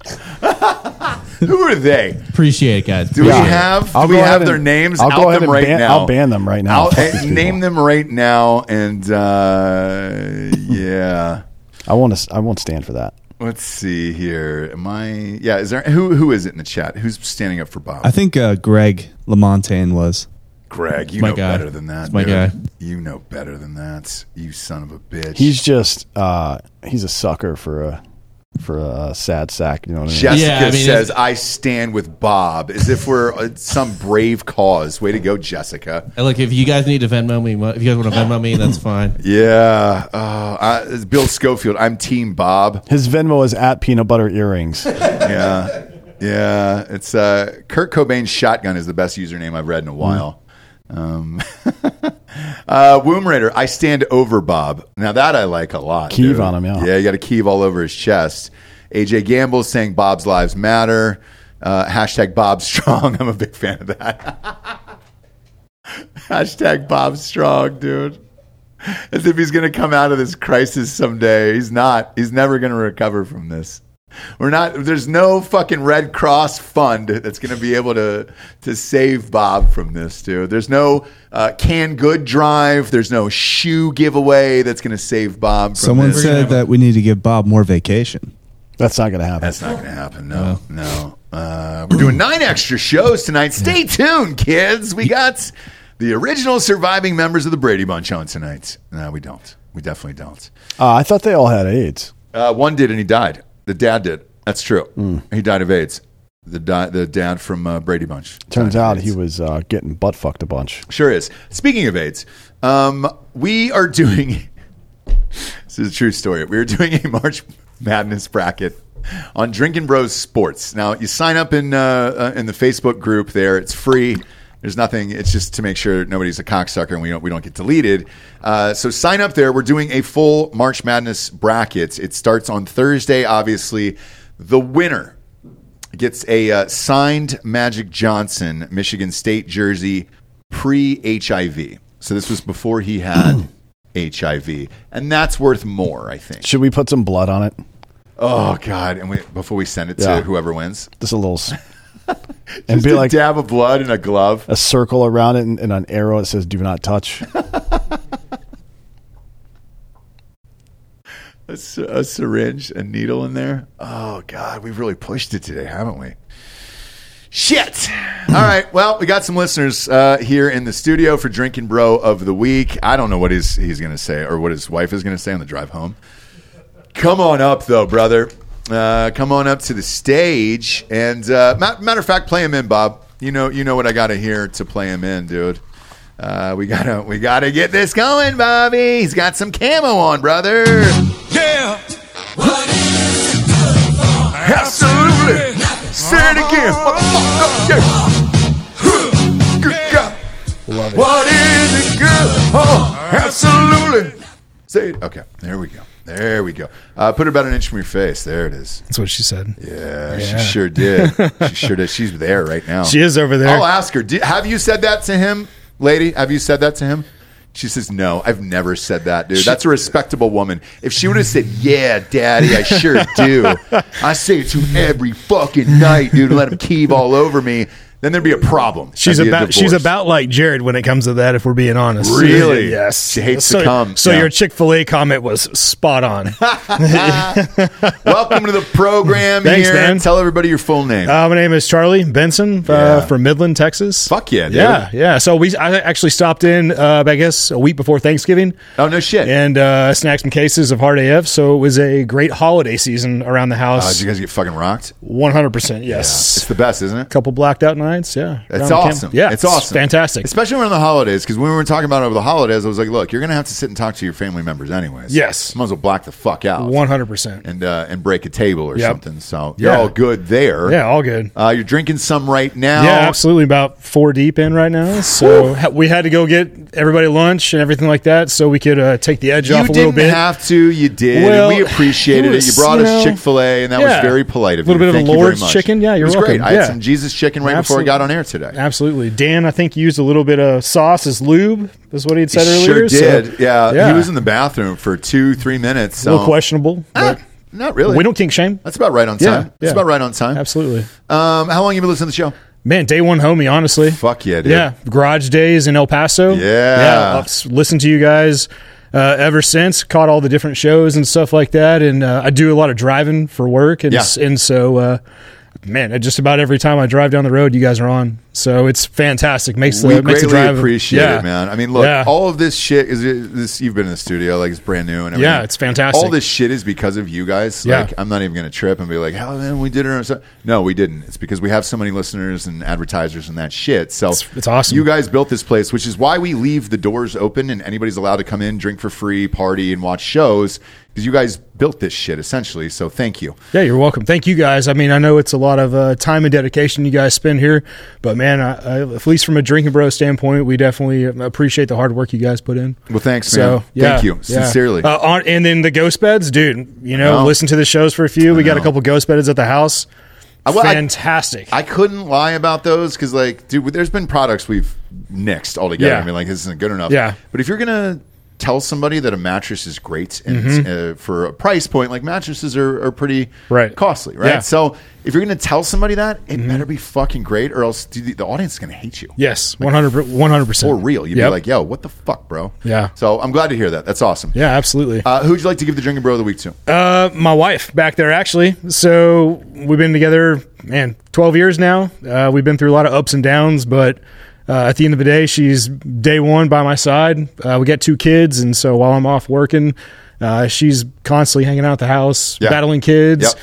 [SPEAKER 1] Who are they?
[SPEAKER 3] Appreciate it, guys.
[SPEAKER 1] Do we
[SPEAKER 2] Yeah.
[SPEAKER 1] have, do
[SPEAKER 2] I'll
[SPEAKER 1] we
[SPEAKER 2] go
[SPEAKER 1] have
[SPEAKER 2] ahead
[SPEAKER 1] their
[SPEAKER 2] and-
[SPEAKER 1] names?
[SPEAKER 2] I'll go
[SPEAKER 1] Out
[SPEAKER 2] ahead
[SPEAKER 1] them
[SPEAKER 2] and
[SPEAKER 1] right
[SPEAKER 2] ban-
[SPEAKER 1] now.
[SPEAKER 2] I'll ban them right now.
[SPEAKER 1] Out-
[SPEAKER 2] Fuck these people.
[SPEAKER 1] name them right now. And uh, yeah.
[SPEAKER 2] I won't. I won't stand for that.
[SPEAKER 1] Let's see here. Am I? Yeah. Is there who? Who is it in the chat? Who's standing up for Bob?
[SPEAKER 4] I think uh, Greg Lamontagne was.
[SPEAKER 1] Greg. You
[SPEAKER 3] My
[SPEAKER 1] know
[SPEAKER 3] guy.
[SPEAKER 1] better than that.
[SPEAKER 3] It's my
[SPEAKER 1] dude.
[SPEAKER 3] guy.
[SPEAKER 1] You know better than that. You son of a bitch.
[SPEAKER 2] He's just. Uh, he's a sucker for a for a sad sack. You know what I mean?
[SPEAKER 1] Jessica
[SPEAKER 3] Yeah, I mean,
[SPEAKER 1] says,
[SPEAKER 3] it's-
[SPEAKER 1] "I stand with Bob," as if we're uh, some brave cause. Way to go, Jessica.
[SPEAKER 3] And look, if you guys need to Venmo me, if you guys want to Venmo me, that's fine.
[SPEAKER 1] Yeah, uh, I, it's Bill Schofield. I'm Team Bob.
[SPEAKER 2] His Venmo is at peanut butter earrings.
[SPEAKER 1] Yeah, yeah. It's uh, Kurt Cobain's shotgun is the best username I've read in a while. Um, uh, Womb Raider, I stand over Bob. Now that I like a lot.
[SPEAKER 2] Keeve
[SPEAKER 1] dude.
[SPEAKER 2] on him, yeah.
[SPEAKER 1] Yeah, you got to keeve all over his chest. AJ Gamble saying Bob's lives matter. Uh, hashtag Bob Strong. I'm a big fan of that. hashtag Bob Strong, dude. As if he's going to come out of this crisis someday. He's not. He's never going to recover from this. We're not. There's no fucking Red Cross fund that's going to be able to to save Bob from this, dude. There's no uh, canned good drive. There's no shoe giveaway that's going to save Bob. From
[SPEAKER 4] Someone
[SPEAKER 1] this.
[SPEAKER 4] said that we need to give Bob more vacation.
[SPEAKER 2] That's not going to happen.
[SPEAKER 1] That's not going to happen. No, no. Uh, we're doing nine extra shows tonight. Stay tuned, kids. We got the original surviving members of the Brady Bunch on tonight. No, we don't. We definitely don't.
[SPEAKER 2] Uh, I thought they all had AIDS.
[SPEAKER 1] Uh, one did, and he died. The dad did. That's true. He died of AIDS. The, di- the dad from uh, Brady Bunch.
[SPEAKER 2] Turns
[SPEAKER 1] died of
[SPEAKER 2] out
[SPEAKER 1] AIDS.
[SPEAKER 2] he was uh, getting butt fucked a bunch.
[SPEAKER 1] Sure is. Speaking of AIDS, um, we are doing. this is a true story. We are doing a March Madness bracket on Drinking Bros Sports. Now you sign up in uh, uh, in the Facebook group. There, it's free. There's nothing. It's just to make sure nobody's a cocksucker and we don't we don't get deleted. Uh, so sign up there. We're doing a full March Madness bracket. It starts on Thursday. Obviously, the winner gets a uh, signed Magic Johnson Michigan State jersey pre HIV. So this was before he had HIV, and that's worth more, I think.
[SPEAKER 2] Should we put some blood on it?
[SPEAKER 1] Oh God! And we, before we send it
[SPEAKER 2] Yeah.
[SPEAKER 1] to whoever wins,
[SPEAKER 2] Just a little, s- and
[SPEAKER 1] just
[SPEAKER 2] be
[SPEAKER 1] a
[SPEAKER 2] like
[SPEAKER 1] dab of blood in a glove.
[SPEAKER 2] a circle around it and, and an arrow that says "Do not touch."
[SPEAKER 1] a, s- a syringe, a needle in there. Oh God, we've really pushed it today, haven't we? Shit. All right. Well, we got some listeners uh, here in the studio for Drinking Bro of the Week. I don't know what he's he's going to say or what his wife is going to say on the drive home. Come on up, though, brother. Uh, come on up to the stage, and uh, ma- matter of fact, play him in, Bob. You know, you know what I got to hear to play him in, dude. Uh, we gotta, we gotta get this going, Bobby. He's got some camo on, brother.
[SPEAKER 9] Yeah,
[SPEAKER 1] Absolutely. Say it again, motherfucker. Yeah. Good God. What is it good? Oh, absolutely. Say it. Okay, there we go. There we go. Uh, put it about an inch from your face. There it is.
[SPEAKER 10] That's what she said.
[SPEAKER 1] Yeah, she sure did. She sure did. She's there right now.
[SPEAKER 10] She is over there.
[SPEAKER 1] I'll ask her. "Did- have you said that to him, lady? Have you said that to him? She says, "No, I've never said that, dude. That's a respectable woman. If she would have said, "Yeah, daddy, I sure do. I say it to him every fucking night, dude, and let him keep all over me." Then there'd be a problem.
[SPEAKER 10] She's
[SPEAKER 1] That'd be a
[SPEAKER 10] about she's
[SPEAKER 1] divorce.
[SPEAKER 10] about like Jared when it comes to that. If we're being honest,
[SPEAKER 1] Really?
[SPEAKER 10] yes,
[SPEAKER 1] She hates
[SPEAKER 10] so,
[SPEAKER 1] to come.
[SPEAKER 10] So
[SPEAKER 1] Yeah.
[SPEAKER 10] your Chick Fil A comment was spot on. uh,
[SPEAKER 1] Welcome to the program
[SPEAKER 10] Thanks,
[SPEAKER 1] here.
[SPEAKER 10] man. Uh,
[SPEAKER 1] Tell everybody your full name.
[SPEAKER 10] my name is Charlie Benson uh,
[SPEAKER 1] Yeah.
[SPEAKER 10] from Midland, Texas.
[SPEAKER 1] Fuck yeah, dude.
[SPEAKER 10] yeah, yeah. So we I actually stopped in, uh, I guess, a week before Thanksgiving
[SPEAKER 1] Oh no shit.
[SPEAKER 10] and uh, snacked some cases of hard AF. So it was a great holiday season around the
[SPEAKER 1] Uh,
[SPEAKER 10] house.
[SPEAKER 1] did you guys get fucking rocked?
[SPEAKER 10] One hundred percent,
[SPEAKER 1] It's
[SPEAKER 10] yes.
[SPEAKER 1] the best, isn't it?
[SPEAKER 10] couple blacked out nights, yeah.
[SPEAKER 1] It's
[SPEAKER 10] Around the camp-
[SPEAKER 1] awesome.
[SPEAKER 10] Yeah,
[SPEAKER 1] it's awesome.
[SPEAKER 10] Fantastic.
[SPEAKER 1] especially around the holidays. Because when we were talking about it over the holidays, I was like, "Look, you're going to have to sit and talk to your family members anyways.
[SPEAKER 10] Yes.
[SPEAKER 1] might as well black the fuck out,
[SPEAKER 10] One hundred percent.
[SPEAKER 1] and uh, and break a table or
[SPEAKER 10] Yep.
[SPEAKER 1] something. So you're
[SPEAKER 10] Yeah.
[SPEAKER 1] all good there.
[SPEAKER 10] Yeah, all good.
[SPEAKER 1] Uh, you're drinking some right now.
[SPEAKER 10] Yeah, absolutely. About four deep in right now, so ha- we had to go get everybody lunch and everything like that, so we could uh, take the edge
[SPEAKER 1] You
[SPEAKER 10] off a little
[SPEAKER 1] didn't
[SPEAKER 10] bit.
[SPEAKER 1] have to. You did. and
[SPEAKER 10] Well,
[SPEAKER 1] we appreciated it.
[SPEAKER 10] it was,
[SPEAKER 1] You brought
[SPEAKER 10] you
[SPEAKER 1] us
[SPEAKER 10] know,
[SPEAKER 1] Chick Fil A, and that
[SPEAKER 10] yeah.
[SPEAKER 1] was very polite of you.
[SPEAKER 10] Little bit of
[SPEAKER 1] Thank
[SPEAKER 10] a
[SPEAKER 1] you very
[SPEAKER 10] Lord's
[SPEAKER 1] much.
[SPEAKER 10] chicken. Yeah, you're
[SPEAKER 1] it was great.
[SPEAKER 10] welcome.
[SPEAKER 1] I had
[SPEAKER 10] Yeah.
[SPEAKER 1] some Jesus chicken right
[SPEAKER 10] Absolutely.
[SPEAKER 1] before I got on air today.
[SPEAKER 10] Absolutely, Dan. I think used a little bit of sauce as lube. Is what he had said
[SPEAKER 1] Sure
[SPEAKER 10] earlier.
[SPEAKER 1] did.
[SPEAKER 10] So,
[SPEAKER 1] yeah.
[SPEAKER 10] yeah.
[SPEAKER 1] he was in the bathroom for two, three minutes.
[SPEAKER 10] a
[SPEAKER 1] So.
[SPEAKER 10] little questionable.
[SPEAKER 1] Ah,
[SPEAKER 10] but
[SPEAKER 1] not really.
[SPEAKER 10] We don't kink shame.
[SPEAKER 1] That's about right on
[SPEAKER 10] Yeah,
[SPEAKER 1] time. That's
[SPEAKER 10] yeah.
[SPEAKER 1] about right on time.
[SPEAKER 10] Absolutely,
[SPEAKER 1] Um, how long you been listening to the show?
[SPEAKER 10] man. Day one, homie. Honestly,
[SPEAKER 1] Fuck yeah, dude.
[SPEAKER 10] Yeah, Garage Days in El Paso.
[SPEAKER 1] Yeah.
[SPEAKER 10] yeah. I've listened to you guys uh, ever since. Caught all the different shows and stuff like that. And uh, I do a lot of driving for work, and
[SPEAKER 1] Yeah.
[SPEAKER 10] and so. Uh, Man, just about every time I drive down the road, you guys are on, so it's fantastic. Makes the
[SPEAKER 1] We
[SPEAKER 10] makes the
[SPEAKER 1] greatly
[SPEAKER 10] drive
[SPEAKER 1] appreciate
[SPEAKER 10] yeah.
[SPEAKER 1] it, man. I mean, look,
[SPEAKER 10] Yeah.
[SPEAKER 1] all of this shit is this. You've been in the studio, like it's brand new, and everything.
[SPEAKER 10] Yeah, it's fantastic.
[SPEAKER 1] All this shit is because of you guys.
[SPEAKER 10] Yeah.
[SPEAKER 1] Like, I'm not even gonna trip and be like, "How man, we did it." Or something." no, we didn't. It's because we have so many listeners and advertisers and that shit. So
[SPEAKER 10] It's- it's awesome.
[SPEAKER 1] You guys built this place, which is why we leave the doors open and anybody's allowed to come in, drink for free, party, and watch shows because you guys built this shit essentially. So thank you.
[SPEAKER 10] Yeah, you're welcome. Thank you guys. I mean, I know it's a lot of uh, time and dedication you guys spend here, but man, I, I, at least from a drinking bro standpoint, we definitely appreciate the hard work you guys put in.
[SPEAKER 1] Well, thanks,
[SPEAKER 10] So,
[SPEAKER 1] man.
[SPEAKER 10] yeah,
[SPEAKER 1] thank you
[SPEAKER 10] yeah.
[SPEAKER 1] sincerely.
[SPEAKER 10] Uh, on, and then the ghost beds, dude. You know,
[SPEAKER 1] know.
[SPEAKER 10] listen to the shows for a few. We got a
[SPEAKER 1] know.
[SPEAKER 10] couple ghost beds at the house.
[SPEAKER 1] well, I-
[SPEAKER 10] Fantastic.
[SPEAKER 1] I couldn't lie about those because, like, dude, there's been products we've nixed altogether.
[SPEAKER 10] Yeah.
[SPEAKER 1] I mean, like, this isn't good enough.
[SPEAKER 10] Yeah.
[SPEAKER 1] But if you're gonna tell somebody that a mattress is great and it's, uh, for a price point, like mattresses are, are pretty
[SPEAKER 10] Mm-hmm. Right.
[SPEAKER 1] costly, right?
[SPEAKER 10] Yeah. Mm-hmm.
[SPEAKER 1] So if you're gonna tell somebody that, it better be fucking great, or else dude, the, the audience is gonna hate you.
[SPEAKER 10] yes, 100 percent.
[SPEAKER 1] Or real, you'd
[SPEAKER 10] Yep.
[SPEAKER 1] be like, "Yo, what the fuck, bro?"
[SPEAKER 10] Yeah.
[SPEAKER 1] So I'm glad to hear that. That's awesome.
[SPEAKER 10] yeah, absolutely.
[SPEAKER 1] Uh, who'd you like to give the drinking bro of the week to?
[SPEAKER 10] Uh, my wife back there actually. So we've been together, man, twelve years now. Uh, we've been through a lot of ups and downs, but uh, at the end of the day, she's day one by my side. Uh, we got two kids, and so while I'm off working, uh, she's constantly hanging out at the house,
[SPEAKER 1] Yeah.
[SPEAKER 10] battling kids.
[SPEAKER 1] Yep.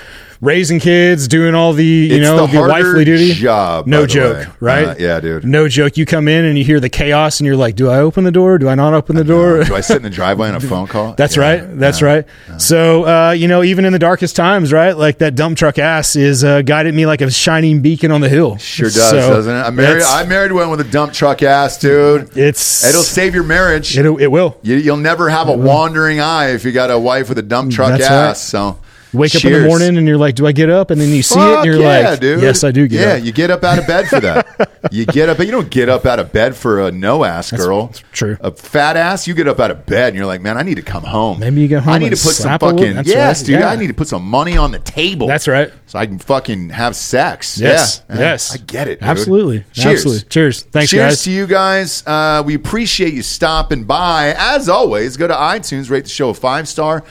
[SPEAKER 10] Raising kids, doing all the you
[SPEAKER 1] It's
[SPEAKER 10] know
[SPEAKER 1] the
[SPEAKER 10] the,
[SPEAKER 1] harder
[SPEAKER 10] wifely duty
[SPEAKER 1] job, by
[SPEAKER 10] No
[SPEAKER 1] the
[SPEAKER 10] joke,
[SPEAKER 1] way.
[SPEAKER 10] right?
[SPEAKER 1] Uh, yeah, dude.
[SPEAKER 10] No joke. You come in and you hear the chaos, and you're like, "Do I open the door? Do I not open the door?
[SPEAKER 1] Do I sit in the driveway on a phone call?
[SPEAKER 10] That's
[SPEAKER 1] Yeah.
[SPEAKER 10] right. That's right. So, uh, you know, even in the darkest times, right? Like that dump truck ass is uh, guided me like a shining beacon on the hill.
[SPEAKER 1] Sure does,
[SPEAKER 10] So
[SPEAKER 1] doesn't it? I married,
[SPEAKER 10] it's-
[SPEAKER 1] I married one with a dump truck ass, dude.
[SPEAKER 10] It's
[SPEAKER 1] It'll save your marriage.
[SPEAKER 10] It'll, it will.
[SPEAKER 1] you, you'll never have a wandering eye if you got a wife with a dump truck
[SPEAKER 10] That's
[SPEAKER 1] ass.
[SPEAKER 10] right.
[SPEAKER 1] So
[SPEAKER 10] Wake up in
[SPEAKER 1] cheers.
[SPEAKER 10] the morning and you're like, "Do I get up?" And then you see it
[SPEAKER 1] Fuck
[SPEAKER 10] and you're
[SPEAKER 1] yeah,
[SPEAKER 10] like,
[SPEAKER 1] dude.
[SPEAKER 10] "Yes, I do get
[SPEAKER 1] yeah,
[SPEAKER 10] up."
[SPEAKER 1] you get up out of bed for that. you get up, but you don't get up out of bed for a no ass girl.
[SPEAKER 10] true.
[SPEAKER 1] A fat ass, you get up out of bed and you're like, man, I need to come home.
[SPEAKER 10] Maybe you get home
[SPEAKER 1] I need
[SPEAKER 10] and
[SPEAKER 1] to put some
[SPEAKER 10] slap a little-
[SPEAKER 1] fucking
[SPEAKER 10] that's
[SPEAKER 1] yes,
[SPEAKER 10] right,
[SPEAKER 1] dude.
[SPEAKER 10] yeah.
[SPEAKER 1] I need to put some money on the table.
[SPEAKER 10] That's right.
[SPEAKER 1] So I can fucking have sex.
[SPEAKER 10] Yes.
[SPEAKER 1] Yeah.
[SPEAKER 10] Yes.
[SPEAKER 1] I get it. dude.
[SPEAKER 10] Absolutely.
[SPEAKER 1] Cheers.
[SPEAKER 10] Absolutely. Cheers. Thanks,
[SPEAKER 1] Cheers
[SPEAKER 10] guys.
[SPEAKER 1] to you guys. Uh, we appreciate you stopping by. As always, go to iTunes, rate the show a five star.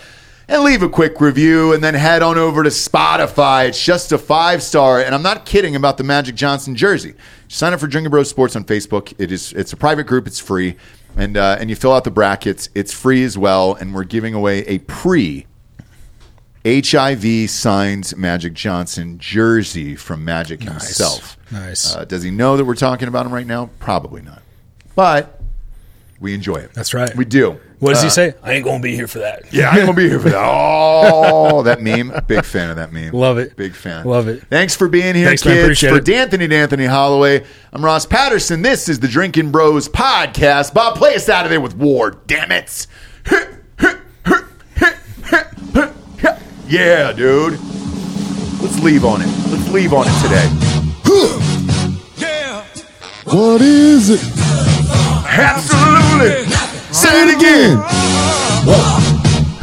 [SPEAKER 1] and leave a quick review and then head on over to Spotify. It's just a five star. And I'm not kidding about the Magic Johnson jersey. Sign up for Drinking Bros Sports on Facebook. It is it's a private group, it's free. And uh, and you fill out the brackets, it's free as well, and we're giving away a pre HIV signs Magic Johnson jersey from Magic himself.
[SPEAKER 10] Nice.
[SPEAKER 1] Uh, does he know that we're talking about him right now? Probably not. But we enjoy it.
[SPEAKER 10] That's right.
[SPEAKER 1] We do. Uh,
[SPEAKER 10] What does he say? I ain't gonna be here for that.
[SPEAKER 1] Yeah, I'm gonna be here for that. Oh, that meme. Big fan of that meme.
[SPEAKER 10] Love it.
[SPEAKER 1] Big fan.
[SPEAKER 10] Love it.
[SPEAKER 1] Thanks for being here,
[SPEAKER 10] Thanks, man.
[SPEAKER 1] kids.
[SPEAKER 10] Appreciate
[SPEAKER 1] for
[SPEAKER 10] it.
[SPEAKER 1] D'Anthony D'Anthony Holloway. I'm Ross Patterson. This is the Drinking Bros podcast. Bob, play us out of there with war. Damn it. Yeah, dude. Let's leave on it. Let's leave on it today.
[SPEAKER 5] What is it?
[SPEAKER 1] Absolutely. Say it again.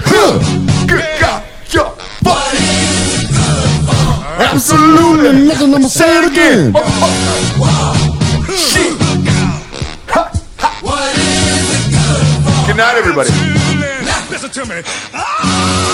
[SPEAKER 1] Huh. Good God. Yeah. Fuck it. Absolutely.
[SPEAKER 5] Nothing I'm gonna say it again.
[SPEAKER 1] Good night, everybody.
[SPEAKER 9] Listen to me.